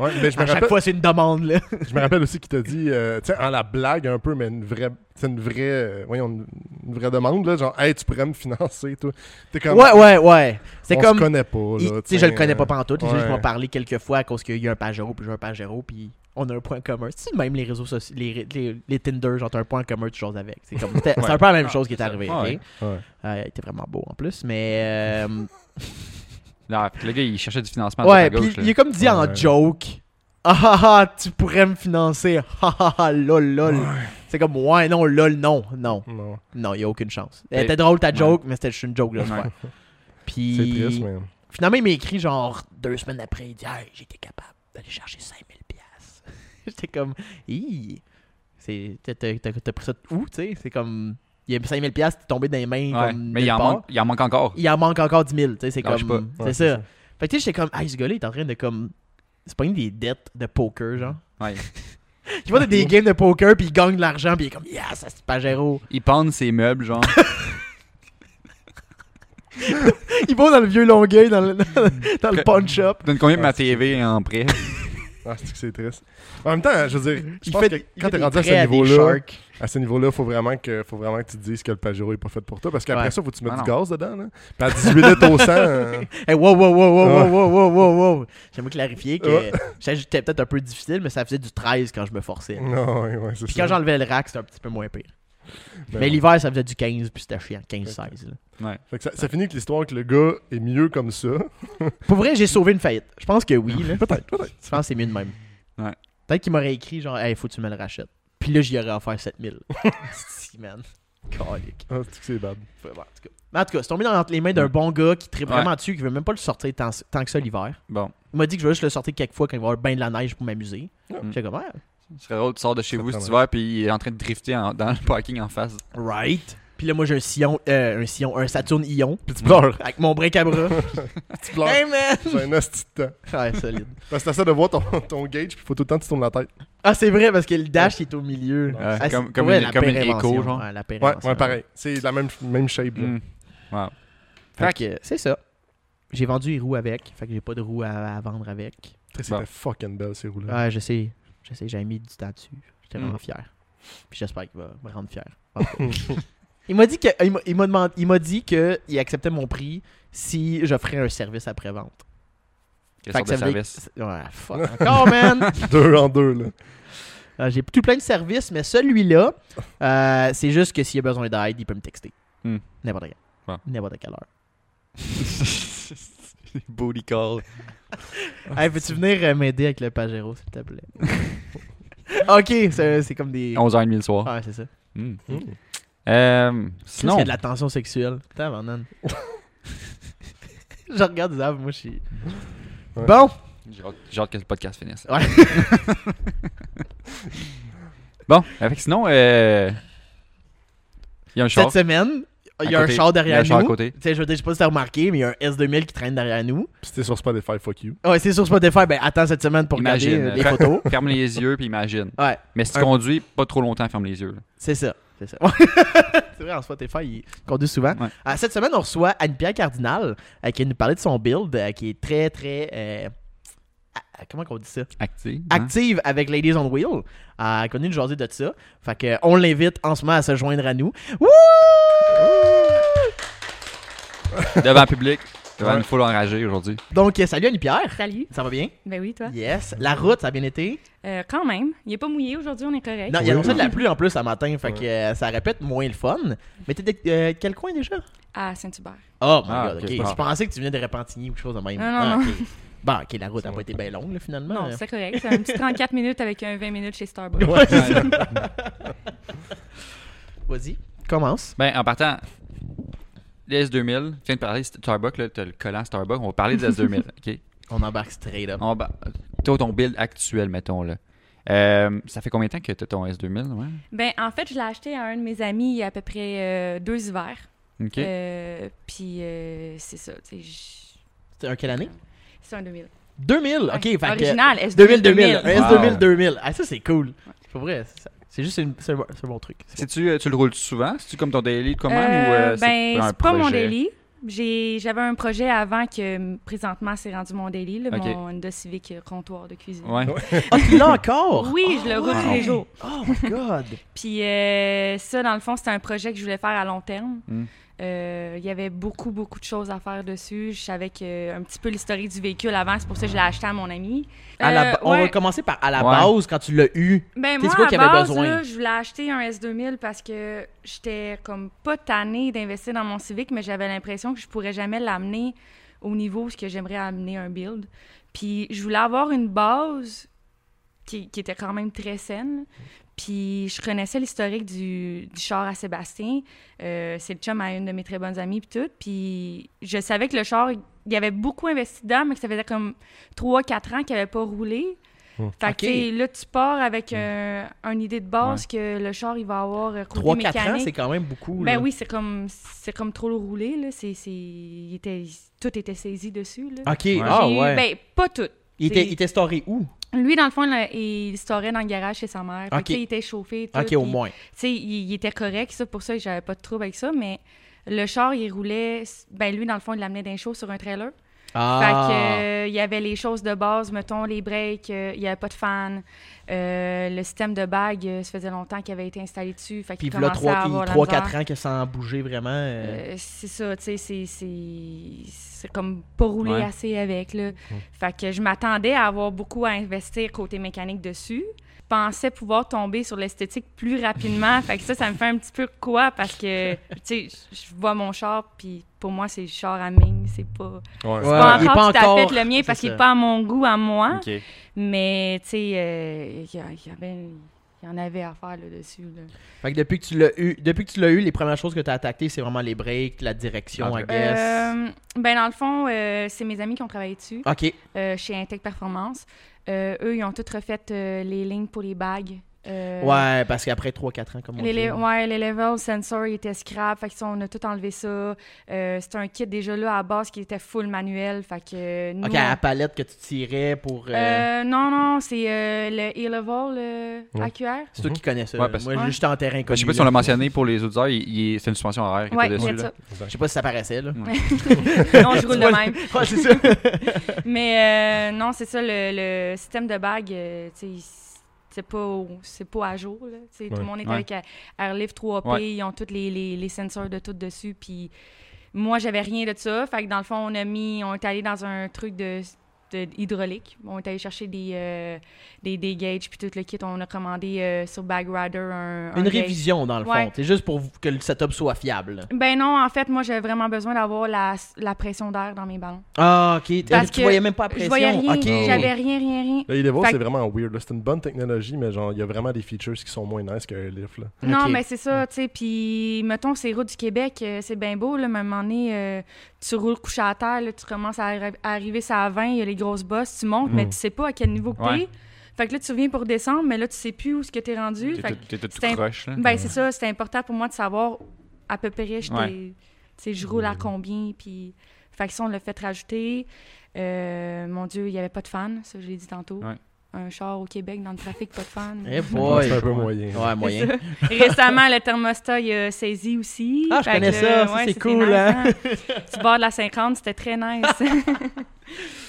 Ouais, mais je, me À chaque rappelle, fois, c'est une demande. Là. je me rappelle aussi qu'il t'a dit, euh, tu sais, en la blague un peu, mais une vraie, c'est une vraie, euh, voyons, une, une vraie demande, là, genre, hey, tu pourrais me financer, toi. T'es comme, Ouais, ouais, ouais. C'est on comme. se connaît pas, là. euh, il- Tu sais, je le connais pas pantoute. tout. Je ouais. m'en parlé quelques fois à cause qu'il y a un Pajero, puis j'ai un Pajero, puis on a un point commun. C'est le même les réseaux sociaux, les, les, les Tinder, genre, t'as un point commun, tu choses avec. C'est comme- c'était- c'est un peu la même chose qui est arrivée. Ah, ok? ouais. Ouais. Euh, il était vraiment beau en plus, mais. euh, Non, puis le gars, il cherchait du financement ouais, de la puis gauche. il est comme dit en Ouais. joke. Ah ah ah, tu pourrais me financer. Ah ah ah, lol lol. C'est comme, ouais, non, lol, non, non, Non, non, il a aucune chance. Et- Elle était drôle ta ouais. joke, mais c'était juste une joke, là, là. je Ouais. crois. c'est Puis. triste, mais. Finalement, il m'a écrit genre deux semaines après, il dit Hey, j'étais capable d'aller chercher 5000 pièces. J'étais comme Hi, c'est t'as- t'as t'as- t'as pris ça de où, tu sais, c'est comme il y a 5000 pièces t'es tombé dans les mains Ouais, comme Mais nulle il en, part. manque, il en manque encore. Il en manque encore 10 000, tu sais, c'est Lâche comme pas. c'est Ouais, c'est ça. ça. Fait que tu sais, j'étais comme Hey, ce gars-là, il est en train de comme c'est pas une des dettes de poker genre. Ouais. Il va dans des games de poker puis il gagne de l'argent puis il est comme yes, ça c'est Pajero. Il pend ses meubles, genre. Il va dans le vieux Longueuil dans le, Hmm. dans le punch up. Donne combien de Ah, ma c'est- TV en prêt? Ah, c'est que c'est triste. En même temps, je veux dire, je Il pense fait, que il quand fait t'es des rendu à prêts ce des niveau-là, sharks. à ce niveau-là, faut vraiment que, faut vraiment que tu te dises que le Pajero est pas fait pour toi, parce qu'après Ouais. ça, faut que tu mettes Ah, du non. gaz dedans, là. Puis à 18 litres au 100, euh, Hey, Eh, wow, wow, wow, wow, Ouais. wow, wow, wow, wow, wow. J'aimerais clarifier que Ouais. j'étais peut-être un peu difficile, mais ça faisait du 13 quand je me forçais. non, ouais, ouais, c'est Puis ça. quand j'enlevais le rack, c'était un petit peu moins pire. Ben mais ouais. l'hiver, ça faisait du 15, puis c'était chiant, 15-16. là. Fait que ça, ça finit que l'histoire que le gars est mieux comme ça. Pour vrai, j'ai sauvé une faillite. Je pense que oui. Là. Peut-être, peut-être. Je pense que c'est mieux de même. Ouais. Peut-être qu'il m'aurait écrit genre, hey, faut que tu me le rachètes. Puis là, j'y aurais offert 7000. si, man. Calique. Ah, c'est que c'est bad. Faut voir, en tout cas. Mais en tout cas, c'est tombé dans entre les mains d'un Ouais. bon gars qui tripe Ouais. vraiment dessus, qui veut même pas le sortir tant, tant que ça l'hiver. Bon, Il m'a dit que je vais juste le sortir quelques fois quand il va y avoir bien de la neige pour m'amuser. Ouais. J'étais comme, ouais, ce serait drôle, tu sors de chez Ça vous te cet hiver, puis il est en train de drifter en- dans le parking en face. Right. Puis là, moi, j'ai un sillon, euh, un sillon, un Saturn Ion Puis tu pleures. avec mon break à bras. tu pleures. hey man! C'est un asti de temps. Ouais, solide. Parce que t'essaies de voir ton, ton gauge, puis faut tout le temps que tu tournes la tête. Ah, c'est vrai, parce que le dash il est au milieu. Ouais, Ah, c'est c'est- comme- comme ouais, une- la comme une prévention, écho, genre. ouais, la Ouais, prévention. ouais, pareil. C'est la même, même shape. là. Hmm. Wow. Fait que, c'est ça. J'ai vendu les roues avec. Fait que j'ai pas de roues à, à vendre avec. C'était Bon. fucking belle, ces roues-là. Ouais, je sais. Je sais, j'ai mis du temps dessus. J'étais Mm. vraiment fier. Puis j'espère qu'il va me rendre fier. En tout cas. il m'a dit que il m'a- il m'a demandé- il m'a dit que il acceptait mon prix si j'offrais un service après-vente. Quelle Fait sorte que de ça veut dire- service? Ouais, fuck encore, man! deux en deux, là. Euh, J'ai tout plein de services, mais celui-là, euh, c'est juste que s'il a besoin d'aide, il peut me texter. Hmm. N'importe quand. Bon. N'importe quelle heure. Booty call. Hey, peux-tu venir euh, m'aider avec le Pajero, s'il te plaît? ok, c'est euh, c'est comme des. 11h30 le soir. Ah, c'est ça. Hmm. Hmm. Euh, Sinon. sinon, qu'il y a de la tension sexuelle. Putain, Vernon. Je regarde les arbres, moi, je suis. Ouais. Bon! j'ai hâte- j'ai hâte que le podcast finisse. Ouais. Bon, euh, fait que sinon, euh, il y a un char. Cette semaine, il y À a un côté. char Il y a derrière un char à nous. côté. Tu sais, je veux dire, je sais pas si t'as remarqué, mais il y a un S2000 qui traîne derrière nous. Puis c'était sur Spotify, fuck you. Ouais, c'est sur Spotify. Ben, attends cette semaine pour regarder euh, Imagine, euh, les fait- photos. Ferme les yeux puis imagine. Ouais. Mais si tu Un- conduis pas trop longtemps, ferme les yeux. là. C'est ça. C'est ça. c'est vrai, en Spotify, il conduit souvent. Ouais. Euh, cette semaine, on reçoit Anne-Pierre Cardinal euh, qui nous parlait de son build euh, qui est très, très. euh, a- a- comment qu'on dit ça Active. hein? Active avec Ladies on Wheel. Euh, Elle a connu une journée de ça. Fait que, euh, on l'invite en ce moment à se joindre à nous. Wouh! Devant le public. Devant Ouais. une foule enragée aujourd'hui. Donc, euh, salut Anne-Pierre. Salut. Ça va bien? Ben oui, toi. Yes. La route, ça a bien été? Euh, quand même. Il n'est pas mouillé aujourd'hui, on est correct. Non, il y Oui. a annoncé de la pluie en plus ce matin. Fait que euh, ça répète moins le fun. Mais t'es de euh, quel coin déjà? À Saint-Hubert. Oh my Ah, god, ok. ok. Ah. Je pensais que tu venais de Repentigny ou quelque chose de même. Non, non, Ah, non. ok. Bon, ok, la route n'a pas été bien longue, là, finalement. Non, c'est correct. C'est un petit 34 minutes avec un 20 minutes chez Starbucks. Ouais, c'est ça. Vas-y, commence. Ben, en partant, les S2000, tu viens de parler de Starbucks, là, t'as le collant Starbucks, on va parler des S2000, ok? On embarque straight up. On va- Toi, ton build bah, actuel, mettons, là. Euh, ça fait combien de temps que t'as ton S2000, ouais? Ben, en fait, je l'ai acheté à un de mes amis il y a à peu près euh, deux hivers. Ok. Euh, Puis, euh, c'est ça. tu sais, j- C'était un quelle année? C'est un 2000. 2000, ok. Ouais. fait que- Original, S2000. 2000, 2000. Euh, Un Wow. S2000, 2000. Ah, ça, c'est cool. Pour vrai, c'est ça. c'est juste une- c'est un, bon- c'est un bon truc. C'est C'est-tu, euh, tu le roules souvent? C'est-tu comme ton daily de commande ou Euh, euh, ben, un c'est pas mon projet? daily. J'ai- J'avais un projet avant que m- présentement c'est rendu mon daily, là, Ok. mon Honda Civic euh, comptoir de cuisine. Ouais. bon. Ah, tu l'as encore? Oui, je le roule tous ouais. les jours. Oh my god. Puis euh, ça, dans le fond, c'était un projet que je voulais faire à long terme. Hmm. Mm. Euh, il y avait beaucoup, beaucoup de choses à faire dessus. Je savais que, euh, un petit peu l'historique du véhicule avant, c'est pour ça que je l'ai acheté à mon ami. À la ba- Euh, On ouais. va commencer par à la Ouais. base, quand tu l'as eu. Ben, C'est moi, quoi à qu'il y avait base, besoin? là, je voulais acheter un S2000 parce que j'étais comme pas tannée d'investir dans mon Civic, mais j'avais l'impression que je pourrais jamais l'amener au niveau où ce que j'aimerais amener un build. Puis je voulais avoir une base qui, qui était quand même très saine. Puis je connaissais l'historique du, du char à Sébastien. Euh, c'est le chum à une de mes très bonnes amies, puis tout. Puis je savais que le char, il y avait beaucoup investi dedans, mais que ça faisait comme 3-4 ans qu'il n'avait pas roulé. Fait Ok. que tu sais, là, tu pars avec un- une idée de base que le char, il va avoir euh, côté 3-4 ans, mécanique. c'est quand même beaucoup. Ben là. oui, c'est comme, c'est comme trop le roulé, là. C'est, c'est- il était, tout était saisi dessus, là. Ok, ah J'ai- ouais. Ben, pas tout. il, était, il était storé où? Lui, dans le fond, là, il storait dans le garage chez sa mère. Fait que, Ok. tu sais, il était chauffé. tout, Ok, au puis, moins. Tu sais, il, il était correct, ça, pour ça, j'avais pas de trouble avec ça, mais le char, il roulait... Ben, lui, dans le fond, il l'amenait d'un show sur un trailer. Ah. Fait que, euh, il y avait les choses de base, mettons, les breaks, euh, il y avait pas de fan. Euh, le système de bague, euh, ça faisait longtemps qu'il avait été installé dessus. Fait Puis qu'il il y a commençait à avoir la misère. 3-4 ans que sans bouger vraiment. euh, Euh, c'est ça, tu sais, c'est- c'est c'est comme pas rouler Ouais. assez avec. Là. Fait que je m'attendais à avoir beaucoup à investir côté mécanique dessus. Je pensais pouvoir tomber sur l'esthétique plus rapidement. fait que ça, ça me fait un petit peu quoi parce que, tu sais, je vois mon char, puis pour moi, c'est le char à Ming, c'est pas, Ouais. Ouais. pas il est pas encore tout à encore- fait le mien c'est parce qu'il ça. n'est pas à mon goût, à moi. Ok. Ben, Mais, tu sais, euh, il y a- il y avait- il y en avait à faire là-dessus. Là. Fait que depuis que tu l'as eu, depuis que tu l'as eu, les premières choses que tu as attaquées, c'est vraiment les breaks, la direction, Ah, I ok. guess. Euh, ben, dans le fond, euh, c'est mes amis qui ont travaillé dessus. OK. euh, chez Intec Performance. Euh, eux, ils ont toutes refait euh, les euh, lignes pour les bagues. Euh, Ouais, parce qu'après 3-4 ans, comme on Les, dit. le- ouais, les levels sensor ils étaient scrap, fait que ça, on a tout enlevé ça. Euh, c'était un kit déjà là à base qui était full manuel, fait que euh, nous, Ok, on- à la palette que tu tirais pour. euh, Euh, non, non, c'est euh, le E-Level le Ouais. AQR. C'est toi qui connais ça. Ouais, parce- Moi, Ouais. juste en terrain Je connu. sais pas si là. on l'a mentionné pour les auditeurs, il, il- c'est une suspension horaire qui Ouais, était dessus. c'est là. ça. Je sais pas si ça paraissait, là. Non, je roule de même. Ouais, c'est ça. Mais euh, non, c'est ça, le, le système de bague, euh, tu sais, il- c'est pas, au- c'est pas à jour. Là. Tu sais, Tout Ouais. le monde est Ouais. avec A- Airlift 3P, Ouais. ils ont tous les, les, les sensors de tout dessus. Puis moi, j'avais rien de ça. Fait que dans le fond, on a mis, on est allé dans un truc de, de- hydraulique. On est allé chercher des, euh, des, des gauges, puis tout le kit. On a commandé euh, sur Bag Rider un. un Une gauge. révision, dans le fond. Ouais. C'est juste pour que le setup soit fiable. Ben non, en fait, moi, j'avais vraiment besoin d'avoir la, la pression d'air dans mes ballons. Ah, ok. Parce tu que voyais même pas la pression. Je voyais rien. Ok. J'avais rien, rien, rien. Le E-Level, Fait- c'est vraiment weird. là. C'est une bonne technologie, mais genre, il y a vraiment des features qui sont moins nice que Airlift. Là. Non, Ok. mais c'est ça, tu sais. Puis, mettons, ces routes du Québec, euh, c'est bien beau, là, mais à un moment donné, euh, tu roules couché à terre, là, tu commences à, arri- à arriver ça à 20, il y a les grosses bosses, tu montes, mais tu sais pas à quel niveau que t'es. Mm. Ouais. Fait que là, tu reviens pour descendre, mais là, tu sais plus où ce que t'es rendu. Fait T'es que, tout- T'es tout c'est un- croche, là. ben, c'est ça, c'était important pour moi de savoir à peu près, j'étais- Ouais. tu sais, je roule à combien, puis... Fait que ça, on l'a fait rajouter. Euh, mon Dieu, il n'y avait pas de fans, ça, je l'ai dit tantôt. Ouais. Un char au Québec, dans le trafic, pas de fans. Eh Ouais, boy. c'est un peu moyen. Ouais, moyen. Récemment, le thermostat, il a saisi aussi. Ah, je Fait que connais là, ça, ça, ouais, c'est c'était cool, nice, hein? Du bord de la 50, c'était très nice.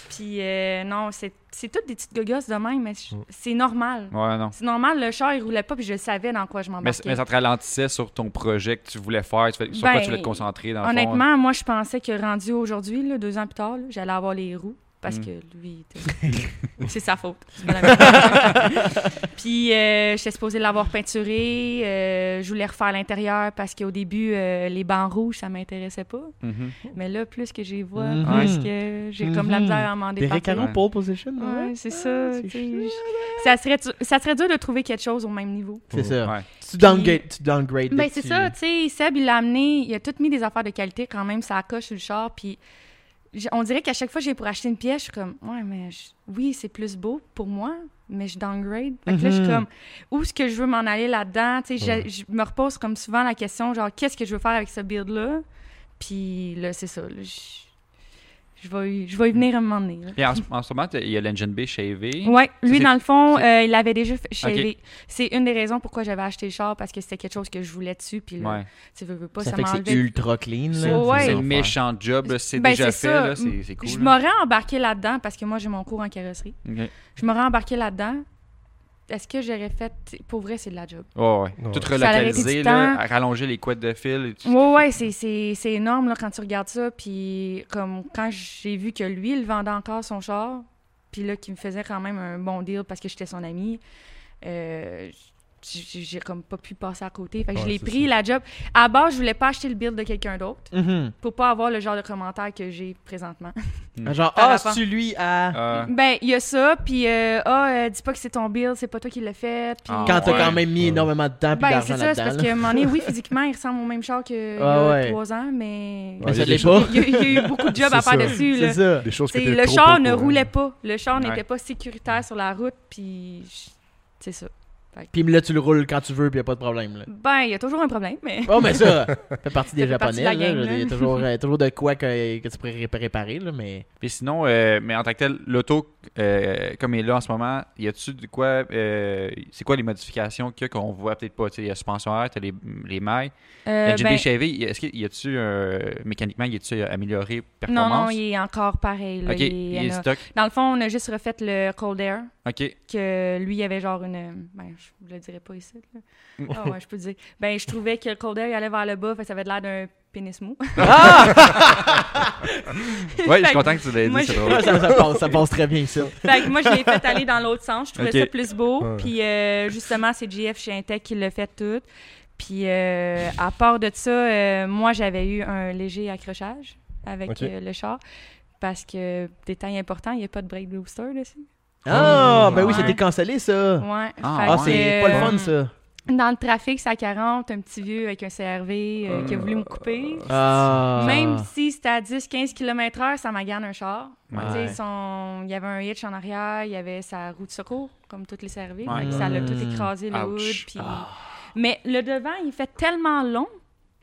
Puis, euh, non, c'est c'est toutes des petites gogosses de même, mais je- Mm. c'est normal. Ouais, non. C'est normal, le char, il roulait pas, puis je savais dans quoi je Mais, c- m'embarquais. mais ça te ralentissait sur ton projet que tu voulais faire, tu fais- sur quoi Ben, tu voulais te concentrer dans le fond. Honnêtement, moi, je pensais que rendu aujourd'hui, là, deux ans plus tard, là, j'allais avoir les roues. Parce Mm. que lui, il était- c'est sa faute. C'est pas la mienne. Puis, euh, j'étais supposée l'avoir peinturé. euh, je voulais refaire l'intérieur parce qu'au début, euh, les bancs rouges, ça m'intéressait pas. Mhm. Mais là, plus que j'y vois, Mhm. plus que j'ai comme la Mhm. misère à m'en Des départir. Carreau, pole position. Ouais, c'est ça. c'est tu sais, je- ça, serait, tu- ça serait dur de trouver quelque chose au même niveau. C'est ça. Ouais. Tu downgrade. Tu downgrade. Ben, dès que c'est tu- ça, tu sais, Seb, il l'a amené, il a tout mis des affaires de qualité quand même, ça coche sur le char, puis j'ai- on dirait qu'à chaque fois que j'ai pour acheter une pièce, je suis comme, ouais, mais je- oui, c'est plus beau pour moi, mais je downgrade. Fait que là, je suis Mhm. comme, où est-ce que je veux m'en aller là-dedans? Tu sais, je- je me repose comme souvent la question, genre, qu'est-ce que je veux faire avec ce build-là? Puis là, c'est ça, là, je je vais y- je vais y venir à un moment donné. là. Puis en, ce- en ce moment, t'as- il y a l'engine B chez EV. Ouais, lui, c'est- dans le fond, c'est- euh, il l'avait déjà fait chez Ok. lui. C'est une des raisons pourquoi j'avais acheté le char, parce que c'était quelque chose que je voulais dessus, puis là, Ouais. tu veux, veux pas, Ça ça, fait que c'est m'enlevait ultra clean. là. C'est- Ouais. C'est ça le l'affaire. méchant job, là, c'est Ben, déjà c'est fait, ça. là, c'est c'est cool. Je là. m'aurais embarqué là-dedans parce que moi, j'ai mon cours en carrosserie. Ok. Je m'aurais embarqué là-dedans. Est-ce que j'aurais fait. Pour vrai, c'est de la job. Ouais, ouais. Ouais. Tout Ça aurait été relocaliser, du là, temps. à rallonger les couettes de fil. et tout. Ouais, ouais, c'est- c'est c'est énorme là, quand tu regardes ça. Puis, comme quand j'ai vu que lui, il vendait encore son char, puis là, qu'il me faisait quand même un bon deal parce que j'étais son ami, euh, j'ai j'ai comme pas pu passer à côté. Fait que je Ouais, l'ai c'est pris, ça. la job. À la base, je voulais pas acheter le build de quelqu'un d'autre Mhm. pour pas avoir le genre de commentaire que j'ai présentement. Genre, Par ah, rapport- c'est lui à. Euh, Ben, il y a ça, puis euh, ah, euh, dis pas que c'est ton build, c'est pas toi qui l'as fait. puis- Ah, Quand t'as ouais. quand même mis énormément de temps et Ben, d'argent c'est ça, c'est là-dedans. parce là. que, à un moment donné, oui, physiquement, il ressemble au même char qu'il y Ah a ouais. trois ans, mais Ouais, Mais il y ça a l'est des pas. il y, a- il y a eu beaucoup de jobs à C'est faire ça. dessus. là. C'est ça. Des choses que C'est- t'es Le trop char au ne courant. roulait pas. Le char n'était Ouais. pas sécuritaire sur la route, puis je- c'est ça. Puis là, tu le roules quand tu veux, puis y a pas de problème. Là. Ben, il y a toujours un problème, mais... Oh, mais ça fait partie des fait Japonais. partie de la là, je gang, veux là. dire, Il y a toujours, euh, toujours de quoi que, que tu pourrais ré- réparer, là, mais. Puis sinon, euh, mais en tant que tel, l'auto, euh, comme il est là en ce moment, y a-tu de quoi. euh, c'est quoi les modifications qu'il y a qu'on voit peut-être pas? Tu sais, Il y a suspension à air, t'as les, les mailles. Euh, L'engine ben, B chez EV, est-ce qu'il y a-tu. euh, mécaniquement, y a-tu amélioré ben, non, performance? non, il est encore pareil. là, Ok, il est- il il y en est a- stock. Dans le fond, on a juste refait le cold air, Ok. que lui, il y avait genre une... Ben, je le dirais pas ici. là. Ah ouais, je peux le dire. Ben, je trouvais que le cold air, il allait vers le bas, fait que ça avait l'air d'un pénis mou. Ah! Ouais, je Fait suis que content que tu l'aies moi, dit, c'est je- drôle. ça, ça passe, ça passe très bien, ça. Fait que moi, je l'ai fait aller dans l'autre sens. Je trouvais Ok. ça plus beau. Ouais. Puis euh, justement, c'est JF chez Intec qui l'a fait tout. Puis euh, à part de ça, euh, moi, j'avais eu un léger accrochage avec Ok. euh, le char. Parce que, détail important, il n'y a pas de break booster dessus. Ah, ben oui, Ouais. c'était cancellé, ça. Ouais. Ah, fait Ah, ouais. que, c'est pas le euh, fun, ça. dans le trafic, c'est à 40, un petit vieux avec un CRV euh, qui a voulu me couper. Ah. Même si c'était à 10-15 km/h, ça m'agane un char. Ouais. Tu sais, son- Il y avait un hitch en arrière, il y avait sa roue de secours, comme toutes les CRV. Ouais. Fait que Ça l'a tout écrasé, le Ouch. Ah. hood. puis- Mais le devant, il fait tellement long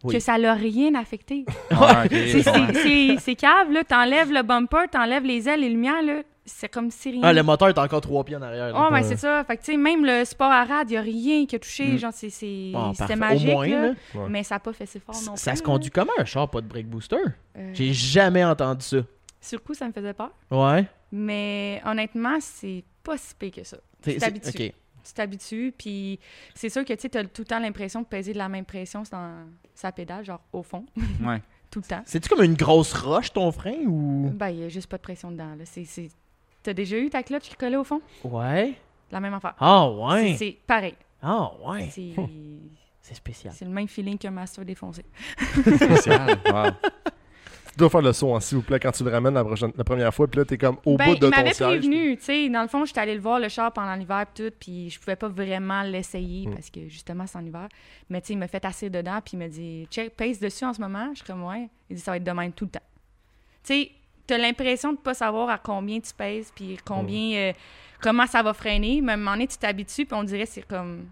Oui. que ça l'a rien affecté. Ah, ok, C'est- je comprends. c'est- C'est c'est cave, là. T'enlèves le bumper, t'enlèves les ailes et les lumières, là. C'est comme si rien. Ah, le moteur est encore trois pieds en arrière. là. Oh, ben c'est ça. Fait que, tu sais, même le sport à rad, il n'y a rien qui a touché. Mm. Genre, c'est- c'est- Bon, c'était Hmm. Ah, parfait. magique. Au moins, là. là, Ouais. Mais ça n'a pas fait si fort non plus. ça se là. conduit comme un char, pas de break booster. Euh, J'ai jamais entendu ça. Sur le coup, ça me faisait peur. Ouais. Mais honnêtement, c'est pas si pire que ça. C'est- Tu c'est- t'habitues. ok. Tu t'habitues, puis c'est sûr que tu as tout le temps l'impression de peser de la même pression dans sa pédale, genre au fond, Ouais. tout le temps. C'est-tu comme une grosse roche, ton frein, ou... Ben, il n'y a juste pas de pression dedans. là. C'est- c'est- T'as déjà eu ta clutch qui collait au fond? Ouais. La même affaire. Ah, C'est- ouais. C'est pareil. Ah, ouais. C'est C'est spécial. c'est le même feeling qu'un master défoncé. Spécial. Wow. Tu dois faire le saut, hein, s'il vous plaît, quand tu le ramènes la, prochaine, la première fois, puis là, t'es comme au ben, bout de il ton m'avait siège. prévenu, tu sais. Dans le fond, j'étais allée le voir le char pendant l'hiver pis tout, puis je pouvais pas vraiment l'essayer Hmm. parce que justement c'est en hiver. Mais tu sais, il m'a fait assez dedans puis il m'a dit check pace dessus en ce moment, je suis comme ouais. Il dit ça va être de même tout le temps. Tu sais, t'as l'impression de pas savoir à combien tu pèses puis Hmm. combien euh, comment ça va freiner, mais à un moment donné tu t'habitues puis on dirait que c'est comme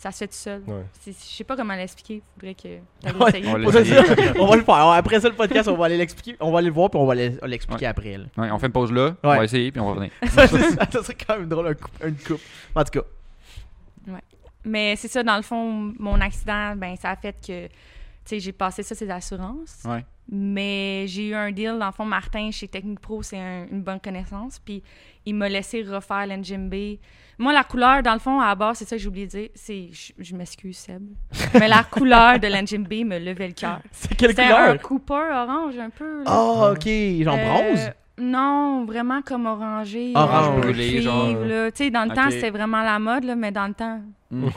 ça se fait tout seul. Ouais. C'est- Je sais pas comment l'expliquer, faudrait que t'ailles Ouais, l'essayer. on Pour ça, c'est- on va le faire. Ouais, Après ça, le podcast, on va aller l'expliquer. On va aller le voir, puis on va aller- l'expliquer Ouais. après. là. Ouais, on fait une pause là, on Ouais. va essayer, puis on va revenir. ça, c'est- ça serait quand même drôle, un coup- une coupe. En tout cas, Mais c'est ça, dans le fond, mon accident, ben ça a fait que, tu sais, j'ai passé ça, c'est l'assurance. Ouais. Mais j'ai eu un deal, dans le fond, Martin, chez Technique Pro, c'est un- une bonne connaissance. Puis il m'a laissé refaire l'engine B. Moi, la couleur, dans le fond, à la base, c'est ça que j'ai oublié de dire. C'est, je, je m'excuse, Seb. mais la couleur de l'engine B me levait le cœur. c'est quelle C'était un couleur? Cooper orange, un peu. là. Ah, ok. Genre Euh, bronze? Non, vraiment comme orangé. Orange euh, brûlé, cuivre, genre. là. Tu sais, dans le Ok. temps, c'était vraiment la mode, là, mais dans le temps,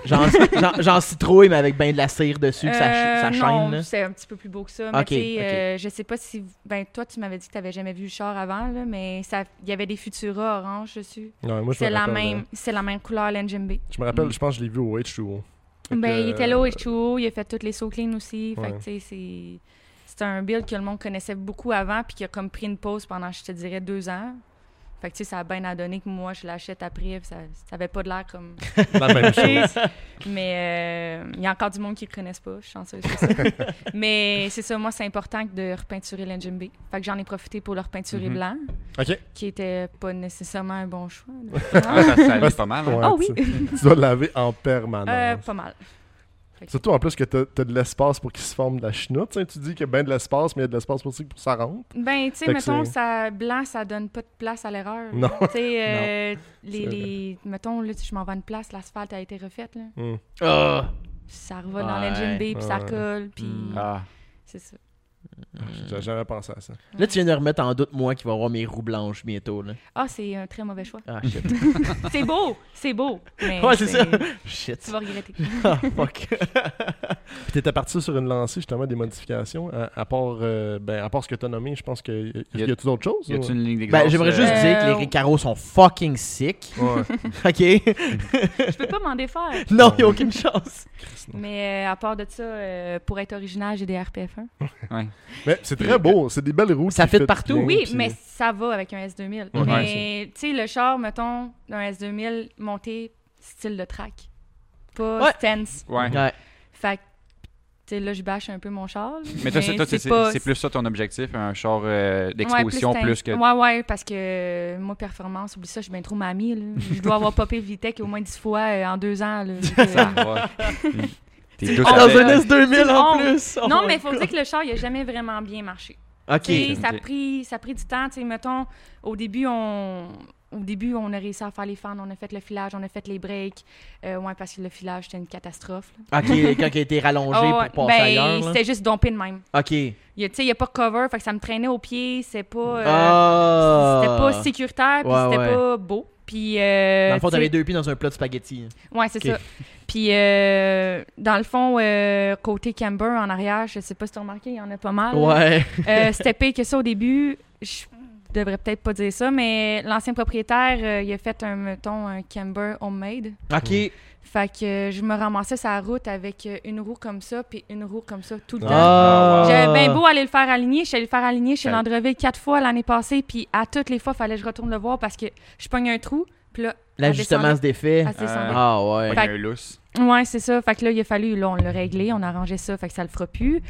Genre, genre, genre citrouille, mais avec ben de la cire dessus, que ça, Euh, ch- ça non, chaîne. là. c'est un petit peu plus beau que ça. Ok, Mais tu sais, ok. euh, je sais pas si... Ben, toi, tu m'avais dit que tu n'avais jamais vu le char avant, là, mais ça- il y avait des Futura orange dessus. Ouais, moi, je me C'est la, rappelle, même- euh, c'est la même couleur, l'engine B. Je me rappelle, Mm. je pense que je l'ai vu au H2O. Fait Ben, que, euh, il était là au H2O, il a fait toutes les sauts clean aussi. Fait que, Ouais. tu sais, c'est... C'est un build que le monde connaissait beaucoup avant, puis qui a comme pris une pause pendant, je te dirais, deux ans. Fait que, tu sais, ça a bien à donner que moi, je l'achète après, puis ça, ça avait pas de l'air comme... La même chose. Mais euh, il y a encore du monde qui ne connaissent pas, je suis chanceuse. pour ça. Mais c'est ça, moi, c'est important de repeinturer l'engine B. Fait que j'en ai profité pour le repeinturer Mhm. blanc, OK. qui était pas nécessairement un bon choix. là. Ah, ça, ça allait pas mal. hein. Ouais, Ah oui! Tu, tu dois le laver en Euh, permanence. pas mal. Surtout en plus que t'as as de l'espace pour qu'il se forme de la chenoute. hein. Tu dis qu'il y a bien de l'espace, mais il y a de l'espace aussi pour que ça rentre. Ben, tu Fait que sais, mettons, c'est- ça, blanc, ça donne pas de place à l'erreur. Non. Tu sais, euh, les, C'est les- mettons, là, si je m'en vais à une place, l'asphalte a été refaite, là. Mm. Ah! Ça revole dans Ouais. l'engine B, puis ça Ouais. colle, puis Ah. c'est ça. Mm. J'avais jamais pensé à ça. Là, tu viens de remettre en doute, moi, qui va avoir mes roues blanches bientôt. Là. Ah, c'est un très mauvais choix. Ah, shit. c'est beau! C'est beau! Mais Ouais, c'est ça. Tu shit. vas regretter. Ah, fuck. Puis t'étais parti sur une lancée justement des modifications. À, à part, euh, ben, à part ce que t'as nommé, je pense que y, Y a- y a-tu d'autres choses? Y a-tu ou- une ligne d'exhaust? ben, j'aimerais juste Euh, dire que les ré- carreaux sont fucking sick. Ouais. Ok? Je peux pas m'en défaire. non, y a aucune chance. Mais euh, à part de ça, euh, pour être original, j'ai des RPF1. Mais c'est très beau, c'est des belles roues. Ça qui fit fitent partout. bien, Oui, puis- mais ça va avec un S2000. Ouais, mais tu sais, le char, mettons, d'un S2000 monté style de track, pas Ouais. stance. Ouais. Ouais. Fait que, tu sais, là, je bâche un peu mon char. là, Mais toi, c'est toi, c'est- pas- c'est plus ça ton objectif, un genre euh, d'exposition Ouais, plus, stance. que. Ouais, ouais, parce que euh, moi, performance, oublie ça, je suis bien trop mamie. là. Je dois avoir popé Vitec au moins 10 fois euh, en deux ans. là. Fait que- Ouais. T'es douce Ah, Dans avec. un S2000 en on- plus. Oh non, my mais faut God. dire que le char, il a jamais vraiment bien marché. Ok. Tu sais, ça, a Ok. pris, ça a pris du temps. tu sais, mettons, au début, on... au début, on a réussi à faire les fans, on a fait le filage, on a fait les breaks. Euh, ouais, parce que le filage, c'était une catastrophe. là. Ok, quand il a été rallongé Ah ouais, pour passer ben, ailleurs. là. c'était juste dompé de même. Ok. Il y a- Tu sais, il n'y a pas de cover, fait que ça me traînait aux pieds, c'est pas... euh, Ah. C'était pas sécuritaire, puis Ouais, c'était ouais. pas beau. Puis, euh, Dans le fond, tu sais- t'avais deux pieds dans un plat de spaghettis. Ouais, c'est Ok. ça. Puis, euh, dans le fond, euh, côté camber, Ah. en arrière, je sais pas si tu as remarqué, il y en a pas mal. là. Ouais. Euh, c'était pire que ça au début. Je- devrais peut-être pas dire ça, mais l'ancien propriétaire, euh, il a fait un, mettons, un camber homemade. Ok. Fait que euh, je me ramassais sa route avec euh, une roue comme ça, puis une roue comme ça, tout le temps. Ah. J'avais bien beau aller le faire aligner. Je suis allée le faire aligner chez Ouais. Landreville quatre fois l'année passée, puis à toutes les fois, fallait que je retourne le voir parce que je pogne un trou, puis là, Là, elle justement, descendait. se défait. elle se descendait. Ah ouais. Fait Fait qu'il y a un lousse. Ouais, c'est ça. Fait que là, il a fallu, là, on l'a réglé, on a arrangé ça, fait que ça le fera plus.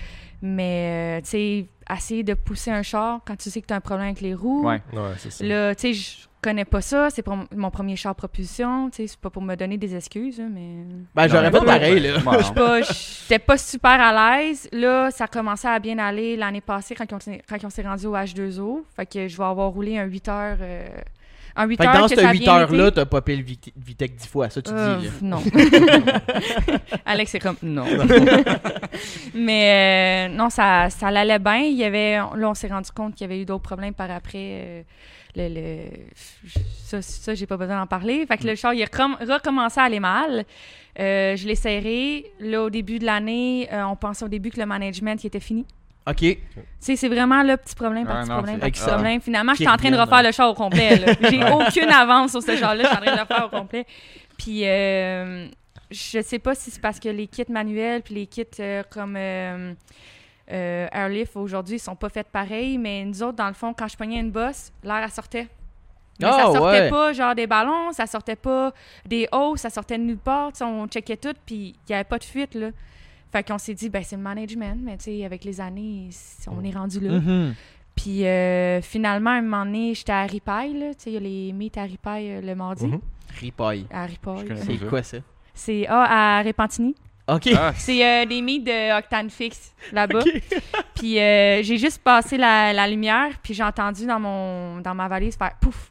Mais, euh, tu sais, essayer de pousser un char quand tu sais que tu as un problème avec les roues. Ouais. Ouais, c'est ça. Là, tu sais, je connais pas ça, c'est pour m- mon premier char propulsion, tu sais, c'est pas pour me donner des excuses, hein, mais... Ben, j'aurais pas Non, mais- pareil, là. Ouais, Je sais pas, j'étais pas super à l'aise. Là, ça commençait à bien aller l'année passée quand on, s'est- quand on s'est rendu au H2O. Fait que je vais avoir roulé un 8 heures. euh, un 8 Fait heures que dans que cette ça a 8 bien été. heures-là, t'as popé le Vit- Vitec 10 fois, ça tu Euh, dis. là. non. Alex est comme non. Mais euh, non, ça, ça l'allait bien. Il y avait, là, on s'est rendu compte qu'il y avait eu d'autres problèmes par après. euh, le, le- ça, ça j'ai pas besoin d'en parler. Fait que le char, il a recom- recommencé à aller mal. Euh, je l'ai serré. Là, au début de l'année, euh, on pensait au début que le management il était fini. Ok. Tu sais, c'est vraiment le petit problème par Ouais, petit non, problème c'est par petit excellent. problème. Finalement, Qui j'étais en train de reviennent, hein. refaire le char au complet. là. J'ai aucune avance sur ce char-là. Je suis en train de le faire au complet. Puis, euh, je sais pas si c'est parce que les kits manuels puis les kits euh, comme euh, euh, Airlift aujourd'hui, ils sont pas faits pareil. Mais nous autres, dans le fond, quand je pognais une bosse, l'air, elle sortait. Mais ça Ah, sortait ouais. pas, genre, des ballons, ça sortait pas des hauts, ça sortait de nulle part. Tu sais, On checkait tout, puis il y avait pas de fuite, là. Fait qu'on s'est dit, ben c'est le management, mais tu sais, avec les années, c- on est rendu là. Mhm. Puis euh, finalement, un moment donné, j'étais à Ripaille, là. Tu sais, il y a les meets à Ripaille euh, le mardi. Mhm. Ripaille. À Ripaille. Je connais C'est ça. quoi ça? C'est ah, à Repentigny. Ok. Ah, C'est euh, des meets de Octane Fix, là-bas. Ok. Puis euh, j'ai juste passé la, la lumière, puis j'ai entendu dans, mon, dans ma valise faire pouf.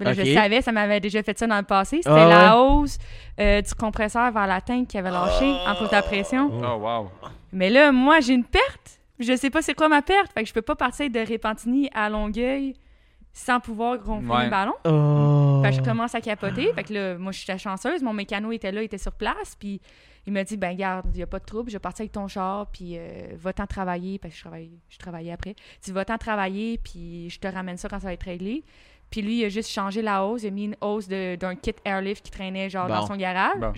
Mais là, Ok. Je savais, ça m'avait déjà fait ça dans le passé. C'était Ah la hausse euh, du compresseur vers la tank qui avait lâché Ah. en cause de la pression. oh, wow. Mais là, moi, j'ai une perte. Je sais pas c'est quoi ma perte. Fait que je peux pas partir de Repentigny à Longueuil sans pouvoir gonfler Ouais. mes ballons. Oh. Fait que je commence à capoter. Fait que là, moi, je suis la chanceuse. Mon mécano était là, il était sur place. Puis il m'a dit, ben garde, il n'y a pas de trouble. Je vais partir avec ton char. Puis euh, va-t'en travailler. Parce que je, travaille, je travaillais après. Tu vas-t'en travailler. Puis je te ramène ça quand ça va être réglé. Puis lui, il a juste changé la hausse. Il a mis une hausse de- d'un kit airlift qui traînait genre Bon. dans son garage. Bon.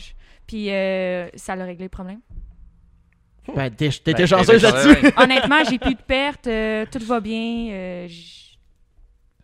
Puis euh, ça l'a réglé le problème. Ben, t'es- t'étais Ben, chanceuse t'es- là-dessus. Honnêtement, j'ai plus de pertes. euh, tout va bien. euh, j-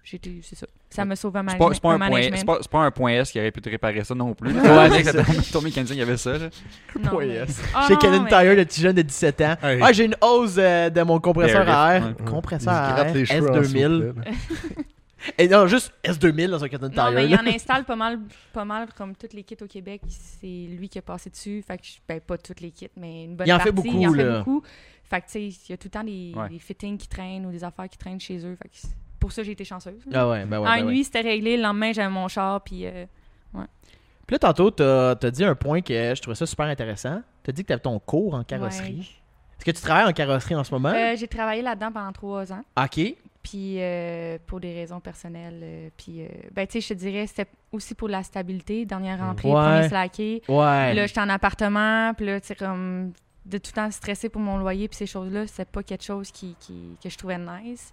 J'étais, c'est ça. Ça me sauve un C'est pas, management. c'est pas un point, management. c'est pas, c'est pas un point S qui aurait pu te réparer ça non plus. Ouais, c'est ça. exactement. Ton mécanicien, il y avait ça. là. Non, hein. Point mais- S. Ah, Chez non, Canon mais- Tire, le petit jeune de 17 ans. Hey. Ah, j'ai une hausse euh, de mon compresseur Airlift, à air. ouais. Compresseur Il se à gratte air. les cheveux en S2000. soufflet, là. Et non, juste S2000 dans un Canon Tire. Non, mais il là. en installe pas mal, pas mal comme toutes les kits au Québec. C'est lui qui a passé dessus. Fait que, je- ben, pas toutes les kits, mais une bonne Il en fait partie. beaucoup, il en là. fait beaucoup. Fait que, tu sais, il y a tout le temps des, Ouais. des fittings qui traînent ou des affaires qui traînent chez eux. Fait que c'est- pour ça, j'ai été chanceuse. là. Ah ouais, ben ouais. en ben une ouais. nuit, c'était réglé. Le lendemain, j'avais mon char. Puis, euh, Puis là, tantôt, t'as as dit un point que je trouvais ça super intéressant. T'as dit que t'avais ton cours en carrosserie. Hein? Est-ce que tu travailles en carrosserie en ce moment? ouais. Euh, j'ai travaillé là-dedans pendant trois ans. OK. Puis, euh, pour des raisons personnelles. euh, puis, euh, ben, tu sais, je te dirais, c'était aussi pour la stabilité. Dernière rentrée, Ouais. premier slacké. Ouais. Puis là, j'étais en appartement, puis là, tu sais, comme de tout le temps stressé pour mon loyer, puis ces choses-là, c'est pas quelque chose qui, qui- que je trouvais nice.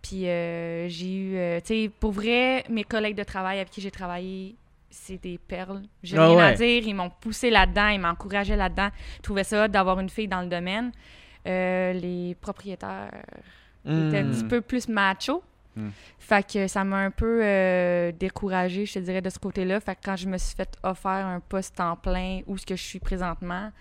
Puis euh, j'ai eu, euh, tu sais, pour vrai, mes collègues de travail avec qui j'ai travaillé, c'est des perles. J'ai Ah rien ouais. à dire, ils m'ont poussé là-dedans, ils m'encourageaient là-dedans. Je trouvais ça hot d'avoir une fille dans le domaine. Euh, les propriétaires Hmm. étaient un petit peu plus macho. Mm. Fait que ça m'a un peu euh, découragée, je te dirais, de ce côté-là. Fait que quand je me suis fait offert un poste en plein où ce que je suis présentement,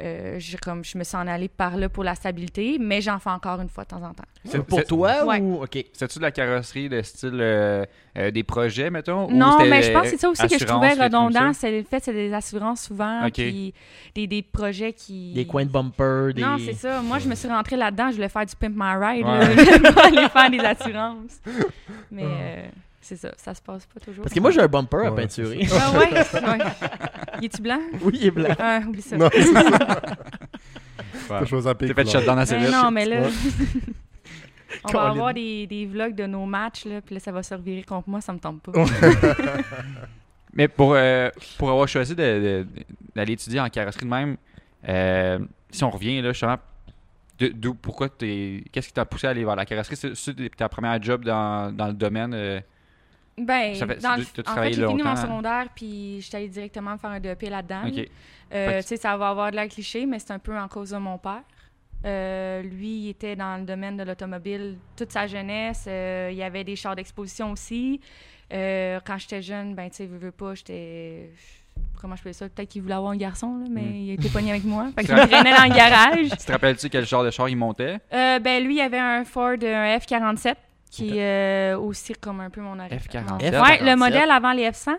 euh, je, comme, je me suis en allée par là pour la stabilité, mais j'en fais encore une fois de temps en temps. C'est C'est- pour c'est- toi Ouais. ou. OK. C'était-tu de la carrosserie de style euh, euh, des projets, mettons? ou non, c'était, mais je euh, pense que c'est ça aussi que je assurance, trouvais quelque chose comme redondant. ça? C'est le fait, c'est des assurances souvent, Ok. puis des, des projets qui... Des coins de bumper, des. Non, c'est ça. Moi, je me suis rentrée là-dedans, je voulais faire du Pimp My Ride, Ouais. Ah. là. je voulais pas aller faire des assurances. Mais euh, c'est ça, ça se passe pas toujours. Parce que moi, j'ai un bumper à Ouais, peinturer. Ah ouais, ouais. Il est-tu blanc? oui, il est blanc. Ah, oublie ça. Non, c'est ça. Ouais. Quelque chose à piquer, T'es fait là. shot dans assez mais, vite. Ben non, mais là, Ouais. on va Colin. avoir des, des vlogs de nos matchs, là, puis là, ça va se revirer contre moi, ça me tombe pas. Mais pour, euh, pour avoir choisi de- de- d'aller étudier en carrosserie de même, euh, si on revient là, justement, de- d'où, pourquoi t'es, qu'est-ce qui t'a poussé à aller vers la carrosserie? C'est, c'est ta première job dans, dans le domaine. euh, Ben, Ça fait- dans tu- le- t'as en travaillé fait, j'ai fini longtemps, mon hein? secondaire, puis j'étais allée directement faire un DEP là-dedans. ok. Euh, Fait que- tu sais, ça va avoir de la cliché, mais c'est un peu en cause de mon père. Euh, lui, il était dans le domaine de l'automobile toute sa jeunesse. Euh, il y avait des chars d'exposition aussi. Euh, quand j'étais jeune, ben, tu sais, veux, veux pas, j'étais. Comment je peux dire ça? Peut-être qu'il voulait avoir un garçon, là, mais Mm. il était pogné avec moi. Fait qu'il me traînait dans le garage. Tu te rappelles-tu quel genre de char il montait? Euh, ben, lui, il avait un Ford, un F-47, qui Ok. est euh, aussi comme un peu mon arrière. F-47. Ouais, F-47. le modèle avant les F-100.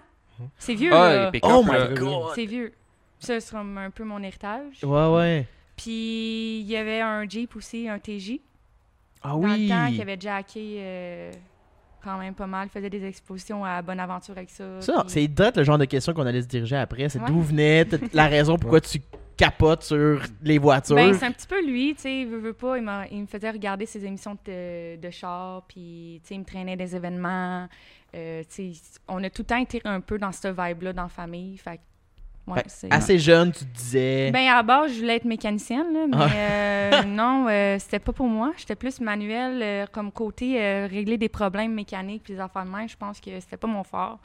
C'est vieux, là. Ah, les pick-up, Oh là. my god! C'est vieux. Ça, c'est comme un peu mon héritage. Ouais, ouais. Puis il y avait un Jeep aussi, un TJ. Ah Dans oui! le temps, qui avait jacké euh, quand même pas mal, faisait des expositions à Bonaventure avec ça. Ça, puis- c'est direct le genre de question qu'on allait se diriger après. C'est Ouais. d'où venait t- la raison pourquoi tu capotes sur les voitures. Ben, c'est un petit peu lui, tu sais, veut, veut pas, il, m'a- il me faisait regarder ses émissions de, de char, puis, tu sais, il me traînait des événements, euh, tu sais, on a tout le temps été un peu dans ce vibe-là dans la famille, fait que, ouais, Fait- c'est... Assez jeune, tu te disais. Ben, à la base, je voulais être mécanicienne, là, mais euh, non, euh, c'était pas pour moi. J'étais plus manuel, euh, comme côté euh, régler des problèmes mécaniques puis des affaires de main. Je pense que c'était pas mon fort.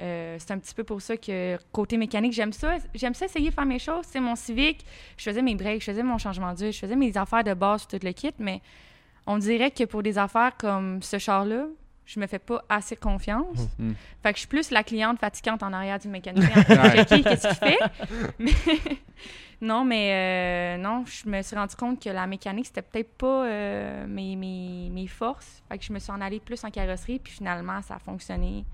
Euh, c'est un petit peu pour ça que côté mécanique, j'aime ça. J'aime ça essayer de faire mes choses. C'est mon civique. Je faisais mes breaks, je faisais mon changement d'huile, je faisais mes affaires de base, tout le kit, mais on dirait que pour des affaires comme ce char-là, je me fais pas assez confiance. Mhm. Fait que je suis plus la cliente fatigante en arrière du mécanicien. en train de Ouais. checker Qu'est-ce qu'il fait? Mais- non, mais euh, non, je me suis rendu compte que la mécanique, c'était peut-être pas euh, mes, mes, mes forces. Fait que je me suis en allée plus en carrosserie, puis finalement, ça a fonctionné.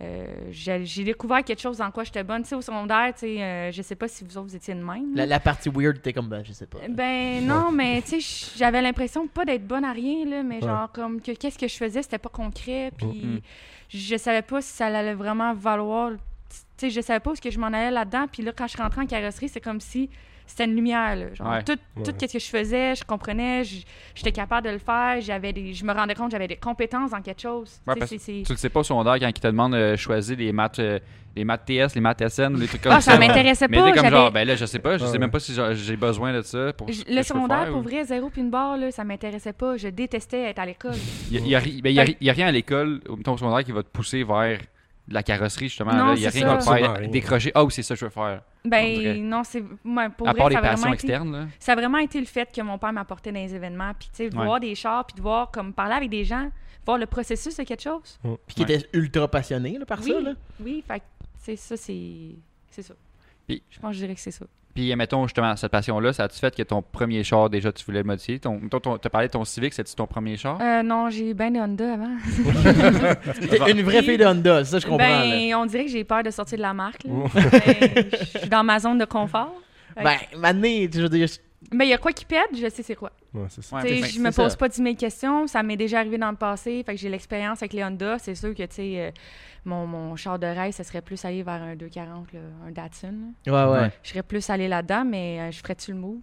Euh, j'ai j'ai découvert quelque chose dans quoi j'étais bonne. Tu sais, au secondaire, tu sais, euh, je sais pas si vous autres vous étiez de même. La, la partie weird était comme, ben, je sais pas. Ben non, mais tu sais, j'avais l'impression pas d'être bonne à rien, là, mais genre comme que qu'est-ce que je faisais, c'était pas concret, puis Mhm. je savais pas si ça allait vraiment valoir. Tu sais, je savais pas où ce que je m'en allais là-dedans, puis là, quand je rentrais en carrosserie, c'est comme si c'était une lumière, là. Genre, Ouais. tout, tout Ouais. ce que je faisais, je comprenais, j- j'étais capable de le faire, j'avais des, je me rendais compte, j'avais des compétences dans quelque chose. Ouais, Tu sais, parce c'est- c'est- Tu le sais pas au secondaire quand ils te demandent de choisir les maths, euh, les maths TS, les maths SN ou les trucs comme Ah, ça. ça m'intéressait Mais pas, t'es comme j'avais- genre, ben là, je sais pas, je Ouais, sais ouais. même pas si j'a- j'ai besoin de ça pour. j- que le je peux secondaire, faire, pour ou- vrai, zéro puis une barre, là, ça m'intéressait pas. Je détestais être à l'école. Il y a- il y a, ri- ben, il y a ri- il y a rien à l'école, au mettons, au secondaire, qui va te pousser vers de la carrosserie, justement. Non, là. il y a c'est rien qui va ça. te Absolument faire rien. décrocher. Ah, oui, c'est ça que je veux faire. On dirait. Ben non, c'est ouais, pour à vrai, part les ça a vraiment passions été- externes, là. ça a vraiment été le fait que mon père m'apportait dans les événements, puis tu sais, de Ouais. voir des chars, puis de voir comme parler avec des gens, voir le processus de quelque chose. Puis qui Ouais. était ultra passionné là, par oui, ça. Là. oui, fait que, tu sais, ça c'est c'est ça. Puis- je pense que je dirais que c'est ça. Puis, euh, mettons, justement, cette passion-là, ça a-tu fait que ton premier char, déjà, tu voulais le modifier? Ton, mettons, ton- t'as parlé de ton Civic, c'est-tu ton premier char? Euh, non, j'ai eu ben des Honda avant. T'étais une vraie fille de Honda, ça je comprends. là. ben, on dirait que j'ai peur de sortir de la marque. là. Ben, Je suis dans ma zone de confort. Ben, mané, tu veux dire, Mais il y a quoi qui pète, je sais c'est quoi. Ouais, c'est ça. Ouais, Tu sais, ben, je me c'est pose ça. pas 10 000 questions. Ça m'est déjà arrivé dans le passé. Fait que j'ai l'expérience avec les Honda. C'est sûr que, tu sais, euh, mon, mon char de rêve, ça serait plus aller vers un 240, là, un Datsun. là. ouais, ouais. Je serais plus allé là-dedans, mais euh, je ferais-tu le move?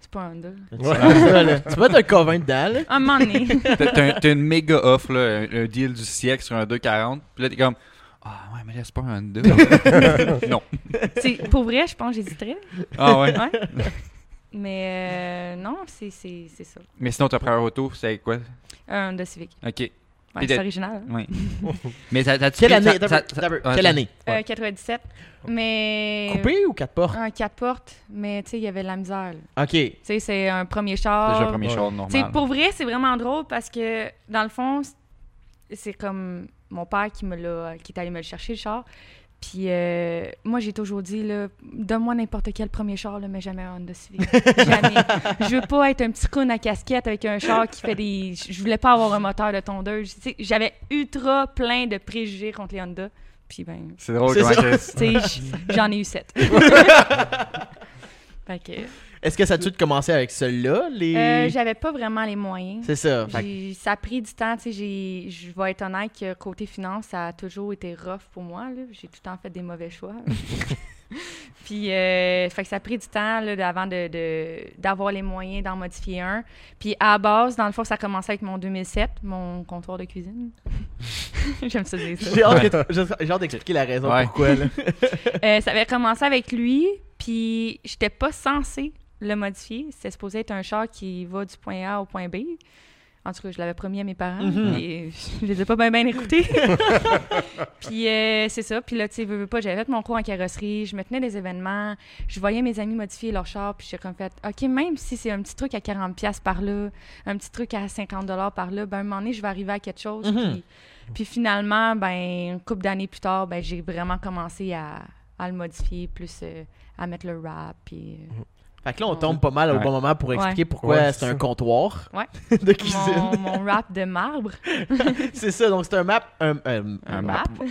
C'est pas un Honda. là. Tu, prends ça, là. Tu vas te convaincre dedans, là. À un moment donné. T'as- T'as un- t'as une méga offre, là, un, un deal du siècle sur un 2,40. Puis là, t'es comme, ah ouais, mais là, c'est pas un 2. non. C'est- pour vrai, je pense que j'hésiterais. Ah ouais. Ouais. Mais euh, non, c'est c'est- c'est ça. Mais sinon, ta première auto, c'est quoi? Un Honda Civic. Ok. Ouais, Puis c'est de- original. hein. Oui. mais ça, t'as-tu Quelle pris- année? ça- t'as- ça- t'as- ouais, Quelle ça- année? Euh, 97. Mais. Coupé ou quatre portes? Un 4 portes, mais tu sais, il y avait de la misère. là. Ok. Tu sais, c'est un premier char. Déjà, premier Ouais. char Tu sais, normal. pour vrai, Ah, c'est vraiment drôle parce que, dans le fond, c- c'est comme mon père qui me l'a, qui est allé me le chercher, le char. Puis euh, moi, j'ai toujours dit, là, donne-moi n'importe quel premier char, là, mais jamais un Honda Civic. jamais. Je veux pas être un petit con à casquette avec un char qui fait des... Je voulais pas avoir un moteur de tondeuse. Tu sais, J'avais ultra plein de préjugés contre les Honda. Puis ben, C'est drôle C'est comment ça. que- tu sais, j- j'en ai eu sept. fait que, Est-ce que ça tue de commencer avec ceux-là? Les... euh, j'avais pas vraiment les moyens. C'est ça. Fait que- J'ai- Ça a pris du temps, tu sais, j'ai- je vais être honnête que côté finance, ça a toujours été rough pour moi, là. J'ai tout le temps fait des mauvais choix. là. Puis, euh, fait que ça a pris du temps, là, d- avant de- de- d'avoir les moyens d'en modifier un. Puis, à la base, dans le fond, ça a commencé avec mon 2007, mon comptoir de cuisine. J'aime ça dire ça. J'ai hâte, que tu- j'ai- j'ai hâte d'expliquer la raison Ouais. pourquoi. Là. Euh, ça avait commencé avec lui, puis j'étais pas censée le modifier. C'était supposé être un char qui va du point A au point B. En tout cas, je l'avais promis à mes parents, Mhm. mais je les ai pas bien bien écoutés. puis euh, c'est ça. Puis là, tu sais, veux, veux pas, j'avais fait mon cours en carrosserie, je me tenais des événements, je voyais mes amis modifier leur char, puis j'ai comme fait, OK, même si c'est un petit truc à 40$ piastres par là, un petit truc à 50$ par là, ben à un moment donné, je vais arriver à quelque chose. Mhm. puis, puis finalement, ben, une couple d'années plus tard, ben, j'ai vraiment commencé à, à le modifier, plus euh, à mettre le rap, puis... euh, Fait que là, on tombe pas mal au Ouais. bon moment pour expliquer pourquoi Ouais, c'est c'est un ça. comptoir Ouais. de cuisine. Mon, mon rap de marbre. C'est ça, donc c'est un map. Un, euh, un- Un un map. map. Oh,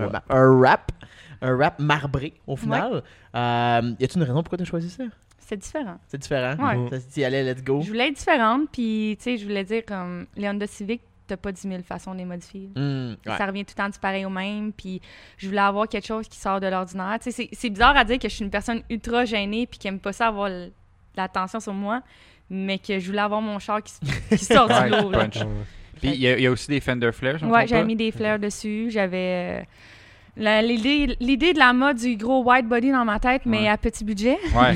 Un map. Un wrap. Un wrap marbré, au final. Euh, y a-tu une raison pourquoi t'as choisi ça? C'est différent. C'est différent. Ouais. Ça se dit, allez, let's Oh. go. Je voulais être différente, puis tu sais, je voulais dire comme les Honda Civic, t'as pas 10 000 façons de les modifier. Hmm, ouais. Ça revient tout le temps du pareil au même, puis je voulais avoir quelque chose qui sort de l'ordinaire. Tu sais, c'est- c'est bizarre à dire que je suis une personne ultra gênée puis qui aime pas ça avoir l- l'attention sur moi, mais que je voulais avoir mon char qui, s- qui sort du Ouais, lot. là. punch. Puis il y, a- il y a aussi des Fender Flares. je me Ouais, trompe j'avais pas. mis des flares dessus. J'avais euh, la- l'idée l'idée de la mode du gros white body dans ma tête, mais Ouais. à petit budget. Ouais.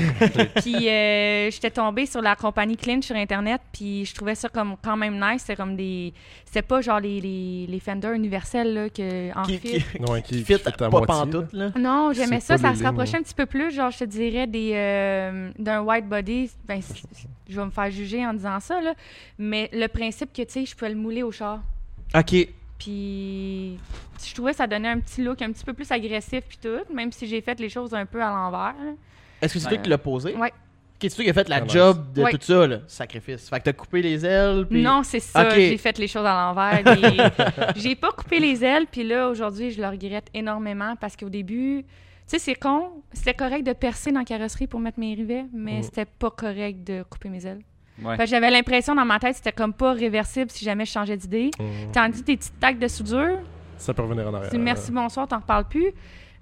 puis euh, j'étais tombée sur la compagnie Clean sur internet puis je trouvais ça comme quand même nice c'était comme des c'était pas genre les, les, les Fender universels là que en Qui, fil. qui, Ouais, qui, qui qui fit fit à pas moitié, pantoute, là. non j'aimais C'est pas ça ça des se rapprochait lignes. hein. un petit peu plus genre je te dirais des euh, d'un white body ben c- je vais me faire juger en disant ça là mais le principe que tu sais je pouvais le mouler au char Ok. puis je trouvais ça donnait un petit look un petit peu plus agressif puis tout même si j'ai fait les choses un peu à l'envers là. Est-ce que c'est Ouais. toi qui l'as posé? Ouais. Ok, c'est toi qui as fait la Ah, nice. job de Ouais. tout ça, là. Sacrifice. Fait que t'as coupé les ailes, puis. Non, c'est ça. Ok. J'ai fait les choses à l'envers. les- J'ai pas coupé les ailes, puis là, aujourd'hui, je le regrette énormément parce qu'au début, tu sais, c'est con. C'était correct de percer dans la carrosserie pour mettre mes rivets, mais Mm. c'était pas correct de couper mes ailes. Ouais. Fait que J'avais l'impression dans ma tête, c'était comme pas réversible si jamais je changeais d'idée. Mm. Tandis que tes petites tacs de soudure, Ça peut revenir en arrière. Euh, tu merci, bonsoir, t'en reparles plus.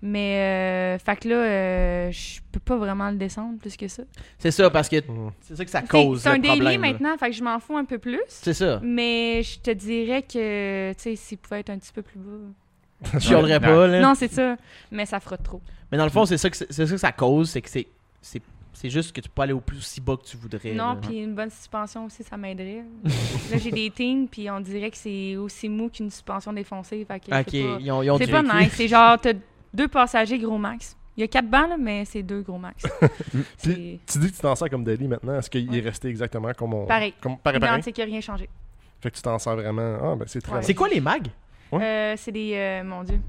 Mais, euh, fait que là, euh, je peux pas vraiment le descendre plus que ça. C'est ça, parce que Mm. c'est ça que ça C'est cause. c'est un le délit problème, là. maintenant, fait que je m'en fous un peu plus. C'est ça. Mais je te dirais que, tu sais, s'il pouvait être un petit peu plus bas. Je chialerais Ouais. pas, là. Non, c'est ça. Mais ça frotte trop. Mais dans le fond, c'est ça que c'est c'est ça que ça cause, c'est que c'est c'est c'est juste que tu peux pas aller au plus aussi bas que tu voudrais. Non, là. puis une bonne suspension aussi, ça m'aiderait. Là, j'ai des teams, puis on dirait que c'est aussi mou qu'une suspension défoncée. Fait que Ok, c'est pas- ils ont, ils ont c'est du pas, vécu. nice. C'est genre, t'as deux passagers gros max. Il y a quatre bancs, là, mais c'est deux gros max. c'est Puis, tu dis que tu t'en sers comme Daily maintenant. Est-ce qu'il Ouais. est resté exactement comme on. Pareil. Comme, pareil, pareil. identique, il a rien changé. Fait que tu t'en sers vraiment. Ah, ben c'est très. Ouais. nice. C'est quoi les mags? Ouais. Euh, c'est des. euh, mon Dieu.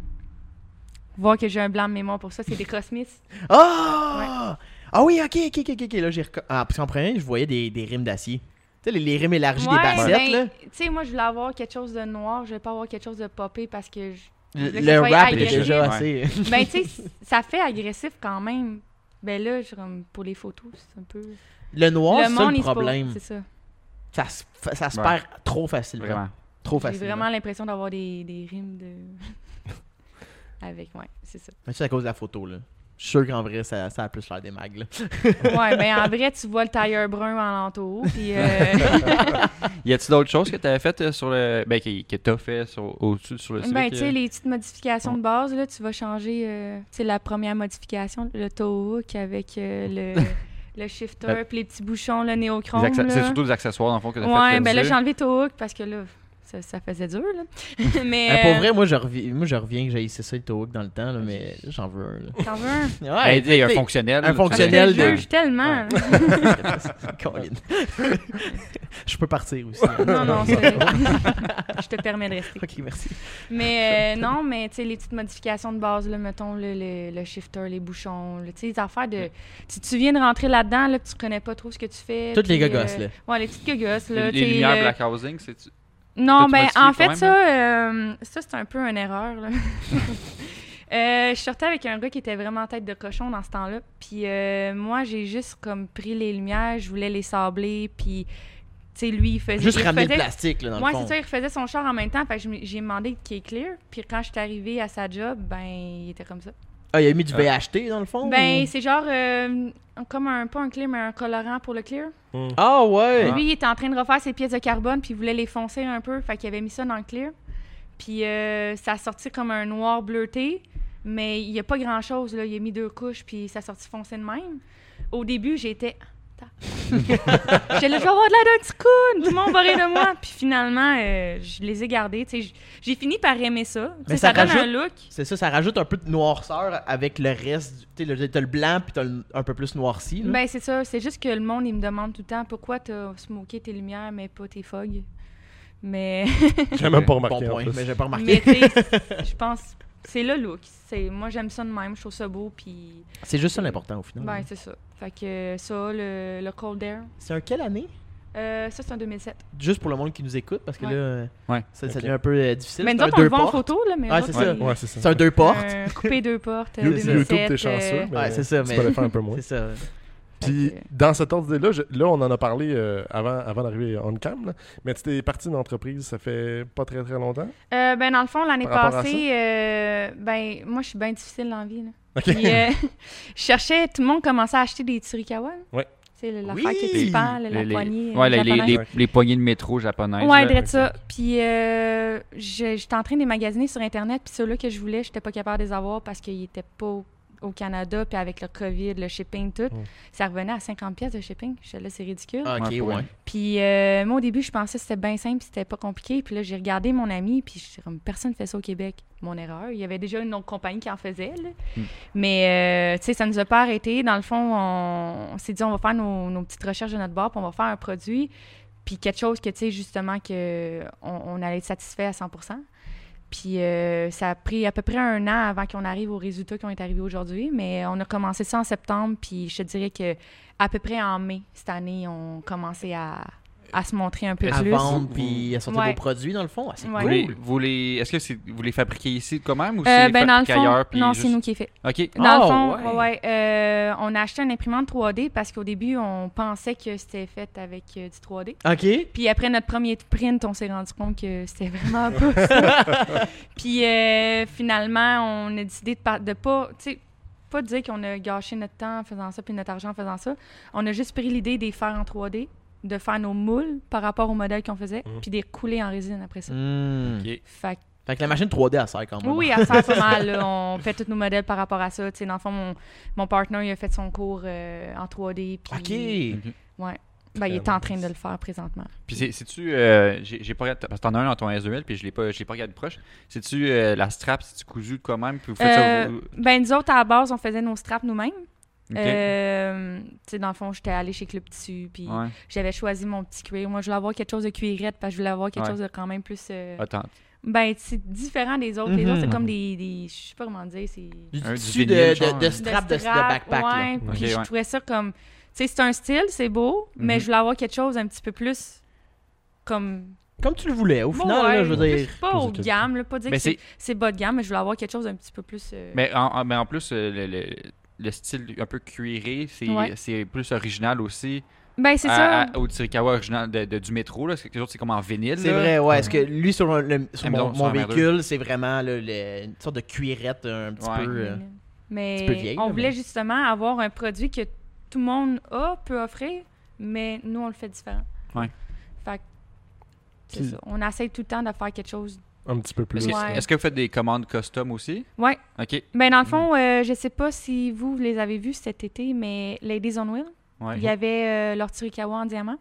Voir que j'ai un blanc de mémoire pour ça, c'est des crossmiths. Ah! Ah oui, ok, ok, ok, ok. Là, j'ai reco- Ah, parce qu'en premier, je voyais des, des rimes d'acier. Tu sais, les, les rimes élargies des Ouais, bassettes, ben, là. Tu sais, moi, je voulais avoir quelque chose de noir. Je voulais pas avoir quelque chose de popé parce que... Je... Le, que le ça soit rap est agressif. déjà Ouais. assez. Ben, tu sais, ça fait agressif quand même. Ben là, je, comme, pour les photos, c'est un peu... Le noir, c'est ça le il se pose, problème. C'est ça. Ça se, fa- ça se Ouais. perd trop facilement. Vraiment. Trop hein. J'ai facilement. vraiment l'impression d'avoir des, des rimes de... Avec, ouais, c'est ça. Mais c'est à cause de la photo, là. Je suis sûr qu'en vrai, ça, ça a plus l'air des mags, là. Ouais, ben en vrai, tu vois le tailleur brun en l'entour, puis... euh, Y a-tu d'autres choses que t'avais faites euh, sur le. Ben, que, que t'as fait sur, au-dessus sur le site? euh, Ben, tu sais, les petites modifications de base, là, tu vas changer, euh, tu sais, la première modification, le toe hook avec euh, le, le shifter, Ben La- puis les petits bouchons, le néochrome. là. C'est surtout des accessoires, dans le fond, que t'as fait. Ouais, ben là, là-dessus. j'ai enlevé toe hook parce que là, ça, ça faisait dur, là. mais. Hein, pour euh, vrai, moi je, reviens, moi, je reviens que j'ai ça le Tohook dans le temps, là, mais j'en veux un. Là. T'en veux un? Ah, ben, Ouais, Ben, tu sais, il y a un t'sais, fonctionnel. un là, tu sais. fonctionnel Je te de- juge tellement. Colin. je peux partir aussi. non, non, c'est- je te permets de rester. ok, merci. Mais euh, non, mais tu sais, les petites modifications de base, là, mettons le, le- le shifter, les bouchons, là, tu sais, les affaires de. Tu, tu viens de rentrer là-dedans, là, puis tu connais pas trop ce que tu fais. Toutes les puis, gogosses, là. euh, Ouais, les petites gogosses, là. euh, Les, tu les sais, lumières le- Black Housing, c'est-tu. Toi, Non, tu ben, modifies en toi-même, fait, ça, euh, ça c'est un peu une erreur. là. Euh, je sortais avec un gars qui était vraiment tête de cochon dans ce temps-là. Puis euh, moi, j'ai juste comme pris les lumières, je voulais les sabler, puis tu sais, lui, il faisait. Juste il ramener faisait- le plastique, là, dans Ouais, le c'est fond. ça, il refaisait son char en même temps. Fait que je m- j'ai demandé qu'il est clear. Puis quand je suis arrivée à sa job, ben, il était comme ça. Ah, il a mis du VHT, dans le fond? Ben, ou- c'est genre, euh, comme un, pas un clear, mais un colorant pour le clear. Ah, ouais! Lui, il était en train de refaire ses pièces de carbone, puis il voulait les foncer un peu. Fait qu'il avait mis ça dans le clear. Puis euh, ça a sorti comme un noir bleuté, mais il n'y a pas grand-chose. là. Il a mis deux couches, puis ça a sorti foncé de même. Au début, j'étais J'étais là, je vais avoir de l'air d'un petit coon, tout le monde va rire de moi. Puis finalement, euh, je les ai gardés. tu sais, j- J'ai fini par aimer ça. Tu Mais sais, ça ça, donne rajoute- un look. C'est ça, ça rajoute un peu de noirceur avec le reste. du- Tu sais, le- t'as le blanc puis t'as le- un peu plus noirci. là. Ben, c'est ça. C'est juste que le monde, il me demande tout le temps pourquoi t'as smoké tes lumières, mais pas tes fogs. Mais, J'ai même pas bon remarqué. en point, plus. mais j'ai pas remarqué. mais tu sais, je pense, c'est le look. C'est, moi, j'aime ça de même. Je trouve ça beau. Puis, C'est juste ça l'important au final. ben, c'est ça. Fait que ça, le, le cold air, C'est un quelle année euh, ça, c'est en 2007. Juste pour le monde qui nous écoute, parce que Ouais. là, euh, Ouais. ça, ça Ok. devient un peu euh, difficile. mais C'est nous un autres, on le deux voit en portes. photo, là. Mais Ouais, eux c'est autres, ça. ils- Ouais, c'est ça. C'est un deux portes. Un coupé deux portes. You- euh, 2007, YouTube, t'es chanceux. euh, mais Ouais, c'est ça, Tu mais- peux le faire un peu moins. C'est ça. Puis, Fait que- dans cet ordre-là, je- là, on en a parlé euh, avant, avant d'arriver on cam, là, mais tu t'es parti d'une entreprise, ça fait pas très très longtemps. Euh, ben, dans le fond, l'année Par rapport à passée, euh, ben, moi, je suis bien difficile dans la vie. là. OK. Puis, euh, je cherchais, tout le monde commençait à acheter des Tsurikawa. là. Ouais. C'est l'affaire Oui! que tu parles, la poignée. euh, ouais, les, les, japonaise. les, les poignées de métro japonaises. Ouais, là. direct ça. Puis, euh, je- j'étais en train de les magasiner sur Internet, puis ceux-là que je voulais, j'étais pas capable de les avoir parce qu'ils étaient pas au, au Canada, puis avec le COVID, le shipping, tout. Mm. Ça revenait à 50 pièces de shipping. J'étais là, c'est ridicule. Ok, Ouais, ouais. pour Puis euh, moi, au début, je pensais que c'était bien simple, c'était pas compliqué. Puis là, j'ai regardé mon ami, puis je suis comme, personne fait ça au Québec. Mon erreur. Il y avait déjà une autre compagnie qui en faisait. là. Mm. Mais euh, tu sais, ça nous a pas arrêté. Dans le fond, on, on s'est dit, on va faire nos, nos petites recherches de notre bar, puis on va faire un produit, puis quelque chose que, tu sais, justement, que on, on allait être satisfait à 100 puis euh, ça a pris à peu près un an avant qu'on arrive aux résultats qui ont été arrivés aujourd'hui, mais on a commencé ça en septembre, puis je te dirais que à peu près en mai cette année, on commençait à, à se montrer un peu À plus. vendre puis à sortir Ouais. vos produits, dans le fond. Ah, c'est Vous Ouais. cool. les, vous les, est-ce que c'est, vous les fabriquez ici quand même ou Euh, c'est ben, dans le fabriqué fond, ailleurs? puis non, juste- c'est nous qui est fait. OK. Dans Ah, le fond, ouais. ouais, ouais, euh, on a acheté une imprimante 3D parce qu'au début, on pensait que c'était fait avec euh, du 3D. Ok. Puis après notre premier print, on s'est rendu compte que c'était vraiment pas ça. Puis euh, finalement, on a décidé de, par- de pas, tu sais, pas dire qu'on a gâché notre temps en faisant ça puis notre argent en faisant ça. On a juste pris l'idée de les faire en 3D, de faire nos moules par rapport au modèle qu'on faisait, Mm. puis de les couler en résine après ça. Hmm. OK. Fait que Fait que la machine 3D, elle sert quand même. oui, oui, elle sert pas mal. là. On fait tous nos modèles par rapport à ça. Tu sais, dans le fond, mon, mon partner, il a fait son cours euh, en 3D. Puis, Ok. ben, il est Très en train nice. de le faire présentement. Puis c'est- c'est-tu, euh, j'ai j'ai pas regardé, parce que t'en as un dans ton SEL, puis je l'ai pas, je l'ai pas regardé proche. C'est-tu euh, la strap, c'est-tu cousu quand même, puis vous faites ça... Euh, vous- ben, nous autres, à la base, on faisait nos straps nous-mêmes. OK. Euh, tu sais, dans le fond, j'étais allée chez Club Tissu, puis ouais, j'avais choisi mon petit cuir. Moi, je voulais avoir quelque chose de cuirette, parce que je voulais avoir quelque Ouais. Ah. chose de quand même plus... euh, attends. ben, c'est différent des autres. Les Mhm. autres, c'est comme des... des- je sais pas comment dire, c'est... Du Un, du tissu de, vinyle, de, genre. hein. de strap de, de strap, backpack. là. ouais, puis Ok, je ouais. trouvais ça comme... Tu sais, c'est un style, c'est beau, mais Mhm. je voulais avoir quelque chose un petit peu plus... Comme... Comme tu le voulais, au Bon, final, là, ouais, je veux plus dire. Pas Plus de haut de qualité. gamme, là, pas dire Mais que c'est c'est- c'est bas de gamme, mais je voulais avoir quelque chose un petit peu plus... euh, Mais en, en- mais en plus, euh, le, le- le style un peu cuiré, c'est Ouais. c'est plus original aussi. Ben, c'est à- ça. à- au Tsirikawa original de- de- du métro, là. C'est quelque chose, c'est comme en vinyle. C'est là. vrai, ouais. Est-ce que lui, sur, un- le- sur Ah, mais mon, non, mon sur un merdeux. véhicule, c'est vraiment là, le- une sorte de cuirette un petit Ouais. peu. euh, Mais petit peu vieille, on là, voulait mais- justement avoir un produit que tout le monde a, peut offrir, mais nous, on le fait différent. Ouais. Fait que, c'est Puis- ça. On essaie tout le temps de faire quelque chose. Un petit peu plus. Est-ce que, Ouais. est-ce que vous faites des commandes custom aussi? Ouais. OK. Ben, Mm. dans le fond, euh, je sais pas si vous, vous les avez vus cet été, mais Ladies on Wheel, Ouais. il y avait euh, leur Tsurikawa en diamant.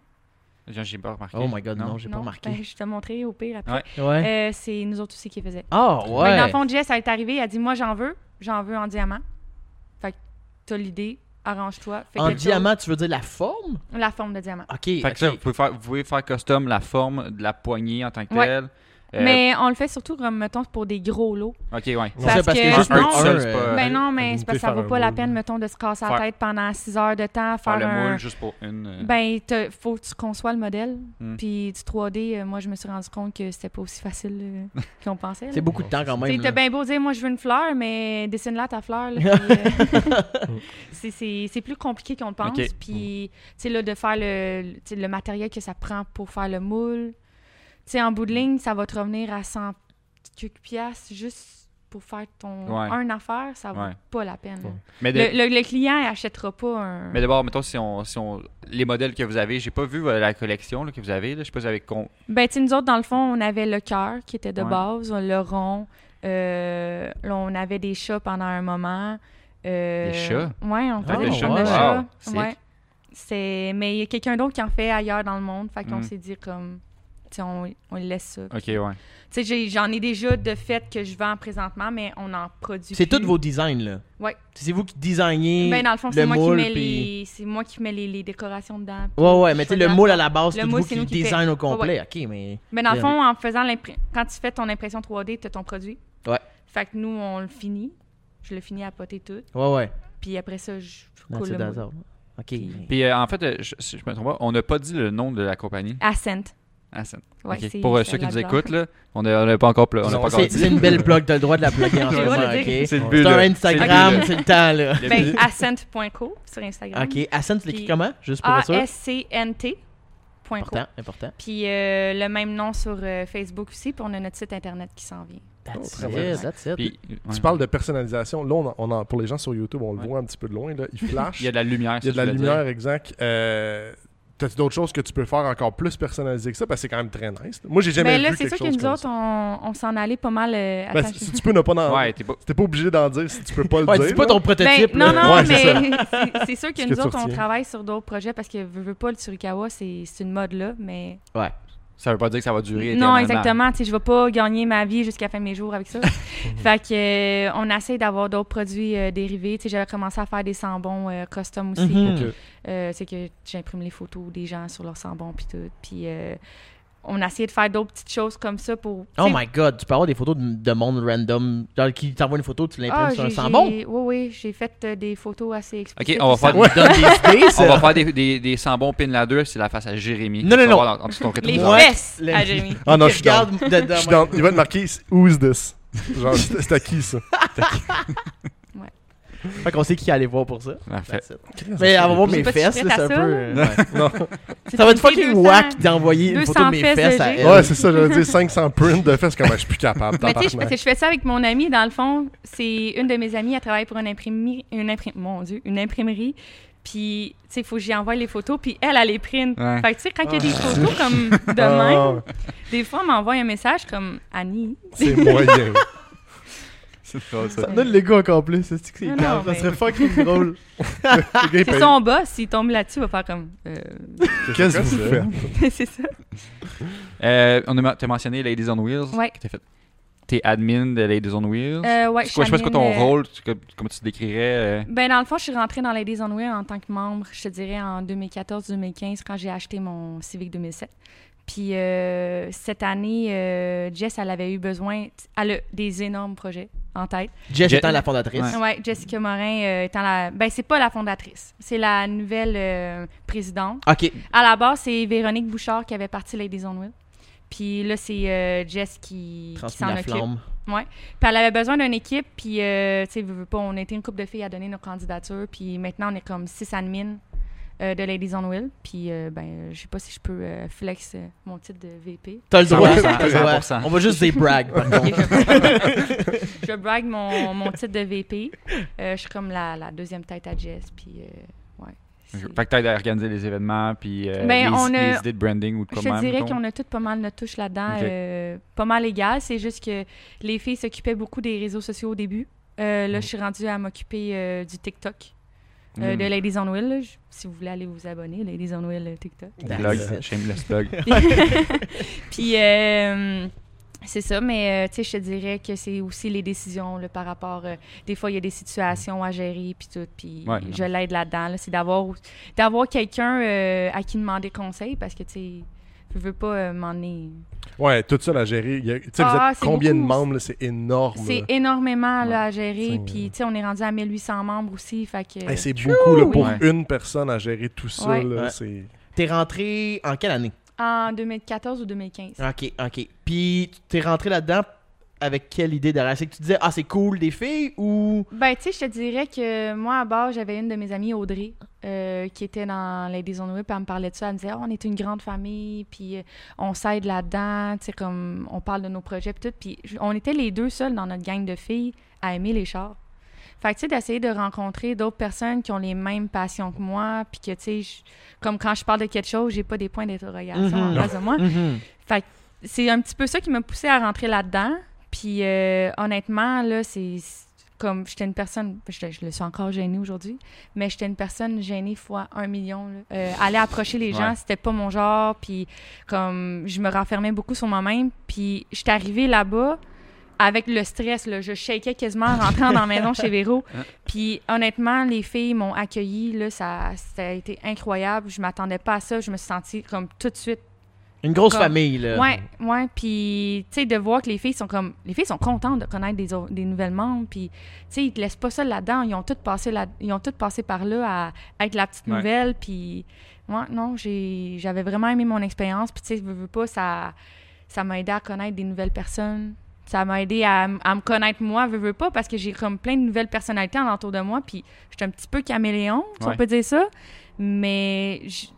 J'ai- J'ai pas remarqué. Oh my god, non, j'ai pas Non? Ben, remarqué. je te montrerai au pire après. Ouais. Ouais. Euh, c'est nous autres aussi qui les faisaient. Ah, Fait que ouais. Ben, dans le fond, Jess, elle est arrivée, elle a dit Moi, j'en veux, j'en veux en diamant. Fait que t'as l'idée, arrange-toi. fais en quelque chose. diamant, tu veux dire la forme La forme de diamant. Ok. Fait que ça, vous pouvez, faire, vous pouvez faire custom la forme de la poignée en tant que Ouais. telle. Euh, Mais on le fait surtout, comme, mettons, pour des gros lots. OK, ouais. Ouais. Parce parce que que juste sinon- un tout seul, c'est euh, pas- Ben non, mais limiter, c'est parce que ça faire vaut un pas la moule. peine, mettons, de se casser Faire- la tête pendant 6 heures de temps, Faire faire le un... moule juste pour une. euh, Ben, t'as- faut que tu conçois le modèle. Hmm. Puis du 3D, euh, moi, je me suis rendu compte que c'était pas aussi facile euh, qu'on pensait. là. C'est beaucoup de temps quand T'sais, même. T'as là. bien beau dire, moi, je veux une fleur, mais dessine-la ta fleur. là, puis, euh, c'est- c'est c'est plus compliqué qu'on le pense. Ok. Puis, tu sais, là, de faire le, tu sais, le matériel que ça prend pour faire le moule. Tu sais, en bout de ligne, ça va te revenir à 100 quelques piastres juste pour faire ton Ouais. un affaire. Ça vaut Ouais. pas la peine. là. mais de- Le, le- le client, il achètera pas un... Mais d'abord, mettons, si on, si on, les modèles que vous avez, j'ai pas vu euh, la collection là, que vous avez. Là, je sais pas si vous avez con- Ben, tu sais, nous autres, dans le fond, on avait le cœur qui était de Ouais. base, le rond. euh, là, on avait des chats pendant un moment. euh, Des chats? Ouais, on Ah, faisait des des chats, chats. wow, chats. sick. Ouais. C'est... Mais il y a quelqu'un d'autre qui en fait ailleurs dans le monde. Fait qu'on Mm. s'est dit comme. tu sais, On, on laisse ça. Ok, ouais. Tu sais, j'ai- j'en ai déjà de fait que je vends présentement, mais on en produit. C'est plus. tous vos designs, là. Ouais. C'est vous qui designez. Ben, dans le fond, c'est le moi, qui moule, mets puis- les... c'est moi qui mets les, les décorations dedans. puis Ouais, ouais, je mais tu sais, fais le dans- moule à la base, Le c'est moule, vous c'est qui nous le qui design fait. au complet. Ok, mais. Mais dans le Bien fond, en faisant l'impr- quand tu fais ton impression 3D, tu as ton produit. Ouais. Fait que nous, on le finit. Je le finis à poter tout. Ouais, ouais. Puis après ça, je Dans coule le le moule. hasard. Ok. Puis euh, en fait, euh, je- si je me trompe pas, on n'a pas dit le nom de la compagnie. Ascent. Ascent. Ouais, Ok. c'est- Pour euh, c'est ceux qui la nous blonde. écoutent, là, on n'a pas encore, pl- on a Non, pas encore C'est dit. c'est une belle blog, t'as le droit de la plugger en J'ai ce le droit de moment, dire. ok? C'est le but. C'est un là. Instagram, C'est c'est le temps, là. le but, là. Ben, ascent.co sur Instagram. Ok, Ascent, tu l'écris Puis- comment? Juste pour être sûr. A-S-C-N-T. point co. Important, important. Puis euh, le même nom sur euh, Facebook aussi. Puis on a notre site internet qui s'en vient. That's très it, bien. that's it. Puis, ouais. Tu parles de personnalisation. Là, on en- on en- pour les gens sur YouTube, on le Ouais. voit un petit peu de loin. Là. Il flash. Il y a de la lumière. Il y a de ça, la je voulais lumière, exact. Euh, T'as-tu d'autres choses que tu peux faire encore plus personnalisées que ça? Parce que c'est quand même très nice. là. Moi, j'ai jamais Ben là, vu c'est quelque sûr chose que nous comme autres, ça. on, on s'en allait pas mal. euh, Ben, attends, si si tu peux ne pas dire. d'en Ouais, t'es pas. T'es pas obligé d'en dire si tu peux pas le Ouais, dire. dis pas là. ton prototype. Ben, non, là. non, Ouais, c'est mais c'est- c'est sûr que Ce que nous tu autres, on retiens. travaille sur d'autres projets parce que veux, veux pas le Surikawa, c'est c'est une mode là, mais. Ouais. Ça veut pas dire que ça va durer. Non, éternellement. exactement. Tu sais, je vais pas gagner ma vie jusqu'à la fin de mes jours avec ça. fait que euh, on essaie d'avoir d'autres produits euh, dérivés. Tu sais, j'avais commencé à faire des sambons euh, custom aussi. Mhm. Ok. Euh, c'est que j'imprime les photos des gens sur leurs sambons puis tout. Puis euh, on a essayé de faire d'autres petites choses comme ça pour. tu Oh sais, my god, tu peux avoir des photos de, de monde random genre, qui t'envoie une photo, tu l'imprimes ah, sur un j'ai- sambon. j'ai- Oui, oui, j'ai fait euh, des photos assez explicites. on va du faire- sambon. Ça me donne des idées, On ça. va faire des, des, des sambons pin la 2, c'est la face à Jérémy. Non, non, Tu vas non. voir dans- en dessous de ton Les rétro. Ouais. fesses Le- à Jérémy. Ah non, je suis down. Regarde dedans, Je suis ouais. down. Il va te marquer « Who's this? » Genre, c'est c'est à qui, ça? Fait qu'on sait qui aller voir pour ça. Parfait. That's it. Mais on va voir Je sais mes pas si fesses, je là, c'est suis un prête à peu. ça, euh, ouais. Ça va être fucking 200. whack d'envoyer une photo de 200 mes fesses fesses à de G. elle. Ouais, c'est ça, j'allais dire 500 prints de fesses, comme je suis plus capable. Mais tu sais, je- parce tabarnak. que je fais ça avec mon amie, dans le fond, c'est une de mes amies, elle travaille pour une imprimerie, une imprim- mon Dieu, une imprimerie. Puis, tu sais, il faut que j'y envoie les photos, puis elle, elle les print. Ouais. Fait que, tu sais, quand il y a des photos comme de Ah. même, des fois, elle m'envoie un message comme Annie. C'est moyen. C'est drôle, ça. Ça me donne le goût encore plus. C'est que c'est Non, grave. non, Ça mais- serait fucking drôle. Le gars, il C'est paye. son boss, s'il tombe là-dessus, il va faire comme. euh, Qu'est-ce que vous faites? c'est ça. Euh, on a, ma- t'as mentionné Ladies on Wheels. Ouais. Que t'as fait. T'es admin de Ladies on Wheels. Euh, ouais, C'est quoi- je sais pas c'est quoi ton Shannon, euh, rôle, tu- comme- comment tu te décrirais. euh, Ben, dans le fond, je suis rentrée dans Ladies on Wheel en tant que membre, je te dirais, en 2014-2015, quand j'ai acheté mon Civic 2007. Puis euh, cette année, euh, Jess, elle avait eu besoin, elle a des énormes projets en tête. Jess Je- étant la fondatrice. Ouais. Ouais, Jessica Morin euh, étant la... Ben, c'est pas la fondatrice, c'est la nouvelle euh, présidente. Ok. À la base, c'est Véronique Bouchard qui avait parti Ladies on Wheel. Puis là, c'est euh, Jess qui, qui Transmis s'en la occupe. flamme. Puis elle avait besoin d'une équipe, puis euh, tu sais, veux, veux pas, on était une couple de filles à donner nos candidatures, puis maintenant on est comme six admins euh, de Ladies on Wheel, puis euh, ben, je sais pas si je peux euh, flex euh, mon titre de VP. T'as le droit. 100%, t'as le droit. 100%. On va juste des brags, par contre. Je brague mon, mon titre de VP. Euh, je suis comme la, la deuxième tête à Jess, puis euh, ouais. c'est- Fait que t'aides à organiser les événements, puis euh, les, Ben, on a- les idées de branding ou de Je comment, te dirais mettons. qu'on a toutes pas mal notre touche là-dedans, Ok. euh, pas mal égales. C'est juste que les filles s'occupaient beaucoup des réseaux sociaux au début. Euh, Mhm. là, je suis rendue à m'occuper euh, du TikTok. Euh, Mm. de Ladies on Wheel. là. Je- Si vous voulez aller vous abonner, Ladies on Wheel euh, TikTok. Plug, That's it. shameless plug. Puis, euh, c'est ça, mais euh, tu sais, je te dirais que c'est aussi les décisions là, par rapport. euh, des fois, il y a des situations à gérer, puis tout. Puis, Ouais. je l'aide là-dedans. là. c'est d'avoir, d'avoir quelqu'un euh, à qui demander conseil parce que, tu sais, je veux pas euh, m'en aller. Ouais, tout seul à gérer. Il y a- Tu sais, vous Ah, êtes c'est combien de beaucoup. membres? là? C'est énorme. C'est là. énormément là, Ouais. à gérer. C'est- Puis, tu sais, on est rendu à 1800 membres aussi. Fait que. Hey, c'est beaucoup là, pour Ouais. une personne à gérer tout ça. Ouais. là, Ouais. c'est- T'es rentré en quelle année? en 2014 ou 2015. Ok, ok. Puis tu t'es rentré là-dedans avec quelle idée derrière? C'est que tu disais, ah, c'est cool des filles ou. Ben, tu sais, je te dirais que moi, à bord, j'avais une de mes amies, Audrey, euh, qui était dans Ladies on the Way, puis elle me parlait de ça. Elle me disait, Ah, on est une grande famille, puis euh, on s'aide là-dedans, tu sais, comme on parle de nos projets, puis tout. Puis j- on était les deux seuls dans notre gang de filles à aimer les chars. Fait que, tu sais, d'essayer de rencontrer d'autres personnes qui ont les mêmes passions que moi, puis que, tu sais, je- comme quand je parle de quelque chose, j'ai pas des points d'interrogation en Mhm. face de moi. Fait que c'est un petit peu ça qui m'a poussé à rentrer là-dedans. Puis euh, honnêtement, là, c'est. Comme j'étais une personne, j'étais- je, le suis encore gênée aujourd'hui, mais j'étais une personne gênée fois un million. là. Euh, aller approcher les gens, Ouais. c'était pas mon genre, puis comme je me renfermais beaucoup sur moi-même, puis j'étais arrivée là-bas avec le stress, là, je shakeais quasiment en rentrant dans la maison chez Véro. Puis honnêtement, les filles m'ont accueillie, là, ça, ça a été incroyable, je m'attendais pas à ça, je me suis sentie comme tout de suite Une grosse Comme- famille, là. Ouais, ouais. Puis, tu sais, de voir que les filles sont comme. Les filles sont contentes de connaître des, au- des nouvelles membres. Puis, tu sais, ils te laissent pas ça là-dedans. Ils ont toutes passé, là, ils ont toutes passé par là à être la petite Ouais. nouvelle. Puis, moi, non, j'ai- j'avais vraiment aimé mon expérience. Puis, tu sais, je veux, veux pas, ça ça m'a aidé à connaître des nouvelles personnes. Ça m'a aidé à, m- à me connaître moi, veux, veux pas, parce que j'ai comme plein de nouvelles personnalités alentour de moi. Puis, je suis un petit peu caméléon, si Ouais. on peut dire ça. Mais, je- tu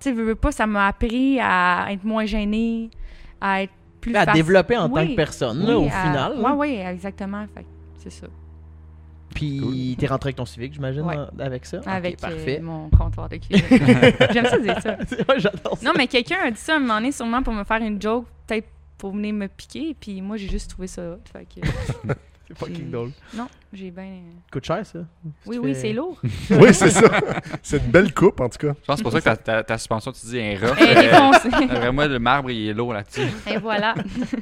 sais, veux, veux pas, ça m'a appris à être moins gênée, à être plus. Puis à faci- développer en tant Oui, que personne, là, oui, au à- final. là. Ouais, ouais, exactement. Fait que c'est ça. Puis t'es rentré avec ton civique, j'imagine, Ouais. en- avec ça. Ok, Avec euh, parfait. mon comptoir de cuisine. J'aime ça dire ça. ouais, j'adore ça. Non, mais quelqu'un a dit ça à un moment donné, sûrement pour me faire une joke, peut-être pour venir me piquer. Puis moi, j'ai juste trouvé ça. hot. Fait que, C'est fucking drôle. non, j'ai bien. Coûte cher, ça. Si Oui, tu oui, fais- c'est lourd. Oui, c'est ça. C'est une belle coupe, en tout cas. Je pense que c'est pour ça que ta, ta, ta suspension, tu dis, est rough. Elle est Euh, foncée. Vraiment, le marbre, il est lourd là-dessus. Et voilà.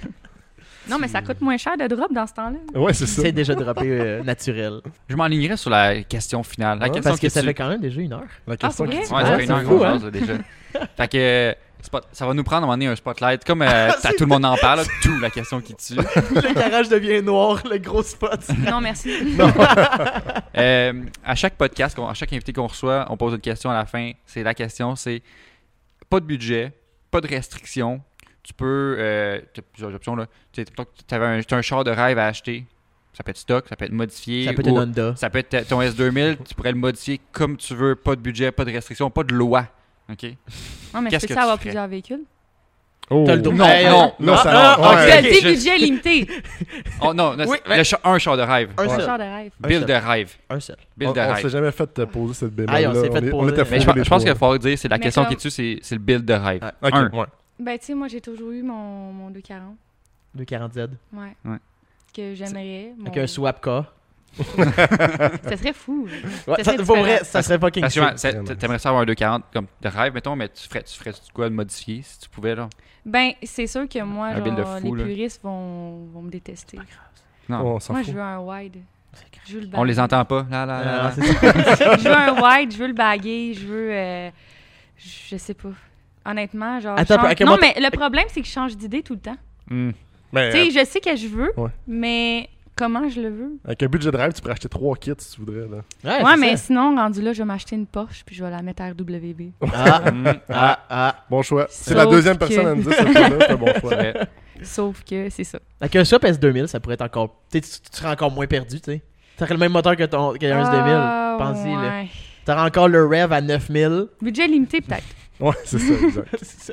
non, mais ça coûte moins cher de drop dans ce temps-là. Oui, c'est ça. C'est déjà droppé euh, naturel. Je m'enlignerai sur la question finale. La Ouais. question Parce que que ça tu- fait quand même déjà une heure. La question c'est vrai? qui tue. Ouais, ça Ah, fait une c'est heure fou, qu'on hein? jase, là, déjà. fait que euh, spot- ça va nous prendre à un moment donné un spotlight. Comme euh, t'as- tout le monde en parle, là, tout la question qui tue. le garage devient noir, le gros spot. Non, merci. Euh, à chaque podcast, qu'on- à chaque invité qu'on reçoit, on pose une question à la fin. C'est la question, c'est pas de budget, pas de restriction. Tu peux, euh, t'as plusieurs options là. Tu avais un, t'as un char de rêve à acheter. Ça peut être stock, ça peut être modifié. Ça peut être ou- une Honda. ça peut être ta- ton S2000, tu pourrais le modifier comme tu veux, pas de budget, pas de restriction, pas de loi. OK? Non, mais je Qu'est-ce peux que ça avoir tu ferais? plusieurs véhicules. Oh. T'as le droit. Non, Hey, non, non, ça- ah, ouais. ok, T'as ok, des je- budgets limités. Oh, non, non, Oui, c'est- mais- le char- un char de rêve. Un Un seul. genre de rêve. Bill seul. de rêve. Un seul. Bill on, de on rêve. s'est jamais fait euh, poser cette bémol Aïe, Ah, on là. s'est fait est- poser. était Mais je, fourrés pense- je les pense qu'il trois. faut dire, c'est la Mais question comme- qui tue, c'est c'est le build de rêve. Ouais. Ok, un. ouais. Ben, tu sais, moi, j'ai toujours eu mon, mon 240. 240Z. Ouais. Ouais. Que j'aimerais. Mon... Avec un swap car. Ça serait fou. là. Ouais, Ça ça, serait pour différent. vrai, ça serait fucking Parce que cool. ouais, c'est- Vraiment. t'aimerais ça avoir un 240 comme de rêve, mettons, mais tu ferais, tu ferais quoi de modifier si tu pouvais, là? Ben, c'est sûr que moi, Un genre, bill de fou, les là. puristes vont, vont me détester. Non. On s'en Moi, fout. je veux un wide. Je veux le On les baguer. entend pas. Là, là, là, Ah, là. c'est ça. je veux un wide, je veux le baguer, je veux. euh, je je sais pas. Honnêtement, genre. je Attends, change- ok, Non, moi, mais le problème, c'est que je change d'idée tout le temps. Hmm. Mais, euh, Tu sais, je sais que je veux, Ouais. mais comment je le veux? Avec un budget de rêve, tu pourrais acheter trois kits si tu voudrais. Là. Ouais, Ouais, c'est mais ça. sinon, rendu là, je vais m'acheter une Porsche puis je vais la mettre à RWB. Ah, Hmm. ah, ah. Bon choix. C'est Sauf la deuxième que- personne à me dire ce choix-là. C'est un bon C'est choix. vrai. Sauf que c'est ça. Avec un swap S2000, ça pourrait être encore. Tu sais, tu- tu serais encore moins perdu, tu sais. T'aurais le même moteur que ton que un S2000. Ah, pensez, là. ouais. T'aurais encore le Rev à 9000. Budget limité, peut-être. Ouais, c'est ça, exact. C'est ça.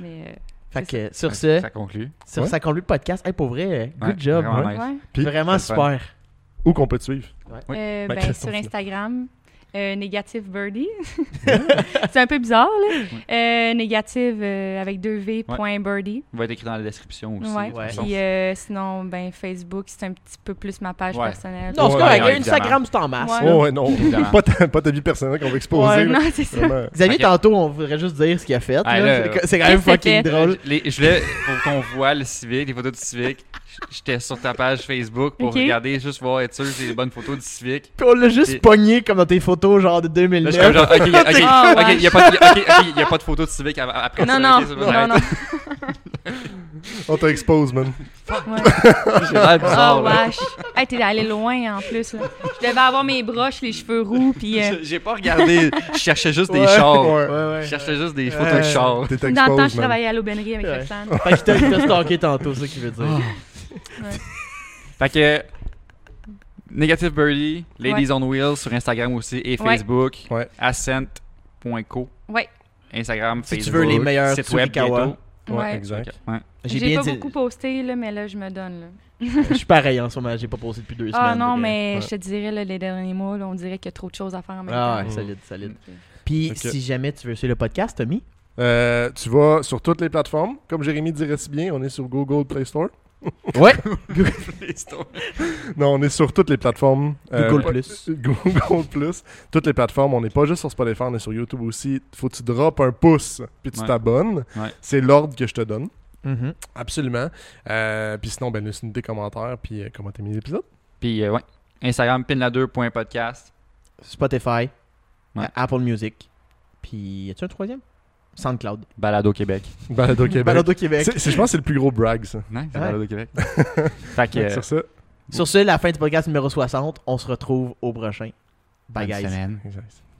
Mais. euh, Fait que sur Ça, ce, ça conclut. sur Ouais. ça conclut le podcast. Hey, pour vrai, Ouais, good job. ouais. vraiment euh, nice. ouais. Puis- Vraiment C'est le fun. super. Où qu'on peut te suivre Oui. Euh, Ma ben, question, sur c'est là. Instagram, euh, négative birdie. c'est un peu bizarre, là. Euh, négative euh, avec deux V, Ouais. point birdie. Il va être écrit dans la description aussi. Ouais. de toute façon. Puis euh, sinon, ben, Facebook, c'est un petit peu plus ma page Ouais. personnelle. Non, c'est Ouais, correct. ouais, Instagram, c'est en masse. Ouais. Oh, ouais, non. Évidemment. pas, ta, pas ta vie personnelle qu'on va exposer. Ouais, là. non, c'est ça. Vraiment. Xavier, Ok. tantôt, on voudrait juste dire ce qu'il a fait. Ah, là. là, C'est- c'est quand même qu'est-ce que fucking t'as fait? drôle. Les- je voulais pour qu'on voit le civique, les photos du civique. J- J'étais sur ta page Facebook pour Ok. regarder, juste voir, être sûr que c'est les bonnes photos du civique. Puis on l'a juste Et- pogné comme dans tes photos, genre de Là, je suis comme 2009. genre, ok, ok, ok, Ah, ok, ouais. il n'y a, pas de- ok, ok, il y a pas de photos de civique av- après ça. Non, non, ok, ça va non, non. arrêter. On t'expose, man. Ouais. J'ai l'air bizarre, Oh, là. wesh. Hey, t'es allé loin, en plus, là. Je devais avoir mes broches, les cheveux roux, puis... euh, J'ai- J'ai pas regardé. Je cherchais juste des Ouais. chars. Ouais. Je ouais. cherchais juste des Ouais. photos de chars. T'es dans le temps, je exposed, man. travaillais à l'aubainerie avec Ouais. Roxane. Fait qu'il t'a- il t'a stalké tantôt, c'est ça qu'il veut Ah. dire. Fait que. Negative Birdie, Ladies on Wheels sur Instagram aussi et Ouais. Facebook. Ouais. Ascent.co. Ouais. Instagram, Si tu Facebook. veux les meilleurs site web Tsurikawa. bientôt. Ouais, Ouais. exact. Ok, ouais. J'ai J'ai bien pas dit. beaucoup posté, là, mais là, je me donne, là. Je suis pareil en ce moment, j'ai pas posé depuis deux semaines. Ah non, donc, euh, mais ouais. je te dirais, là, les derniers mois, là, on dirait qu'il y a trop de choses à faire en même Ah ouais, Mm. solide, solide. temps. Puis Ok. si jamais tu veux suivre le podcast, Tommy, Euh, tu vas sur toutes les plateformes. Comme Jérémy dirait si bien, on est sur Google Play Store. Ouais. Non, on est sur toutes les plateformes. Euh, Google pas- Plus. Google Plus. Toutes les plateformes. On n'est pas juste sur Spotify, on est sur YouTube aussi. Faut que tu droppes un pouce, puis tu Ouais. t'abonnes. Ouais. C'est l'ordre que je te donne. Mhm. Absolument. Euh, puis sinon, ben, laisse-nous des commentaires, puis euh, comment t'as mis l'épisode. Puis, euh, ouais. Instagram, pinla2.podcast. Spotify, euh, Ouais. Apple Music. Puis, y a-tu un troisième? SoundCloud. Balado Québec. Balado Québec. Balado Québec. Eh ben, C'est- c'est- Je pense que c'est le plus gros brag, ça. Non, c'est Ouais. Balado Québec. fait que. Fait que euh, Sur ça, Sur ce, la fin du podcast numéro 60. On se retrouve au prochain. Bye, bonne guys. semaine. exact.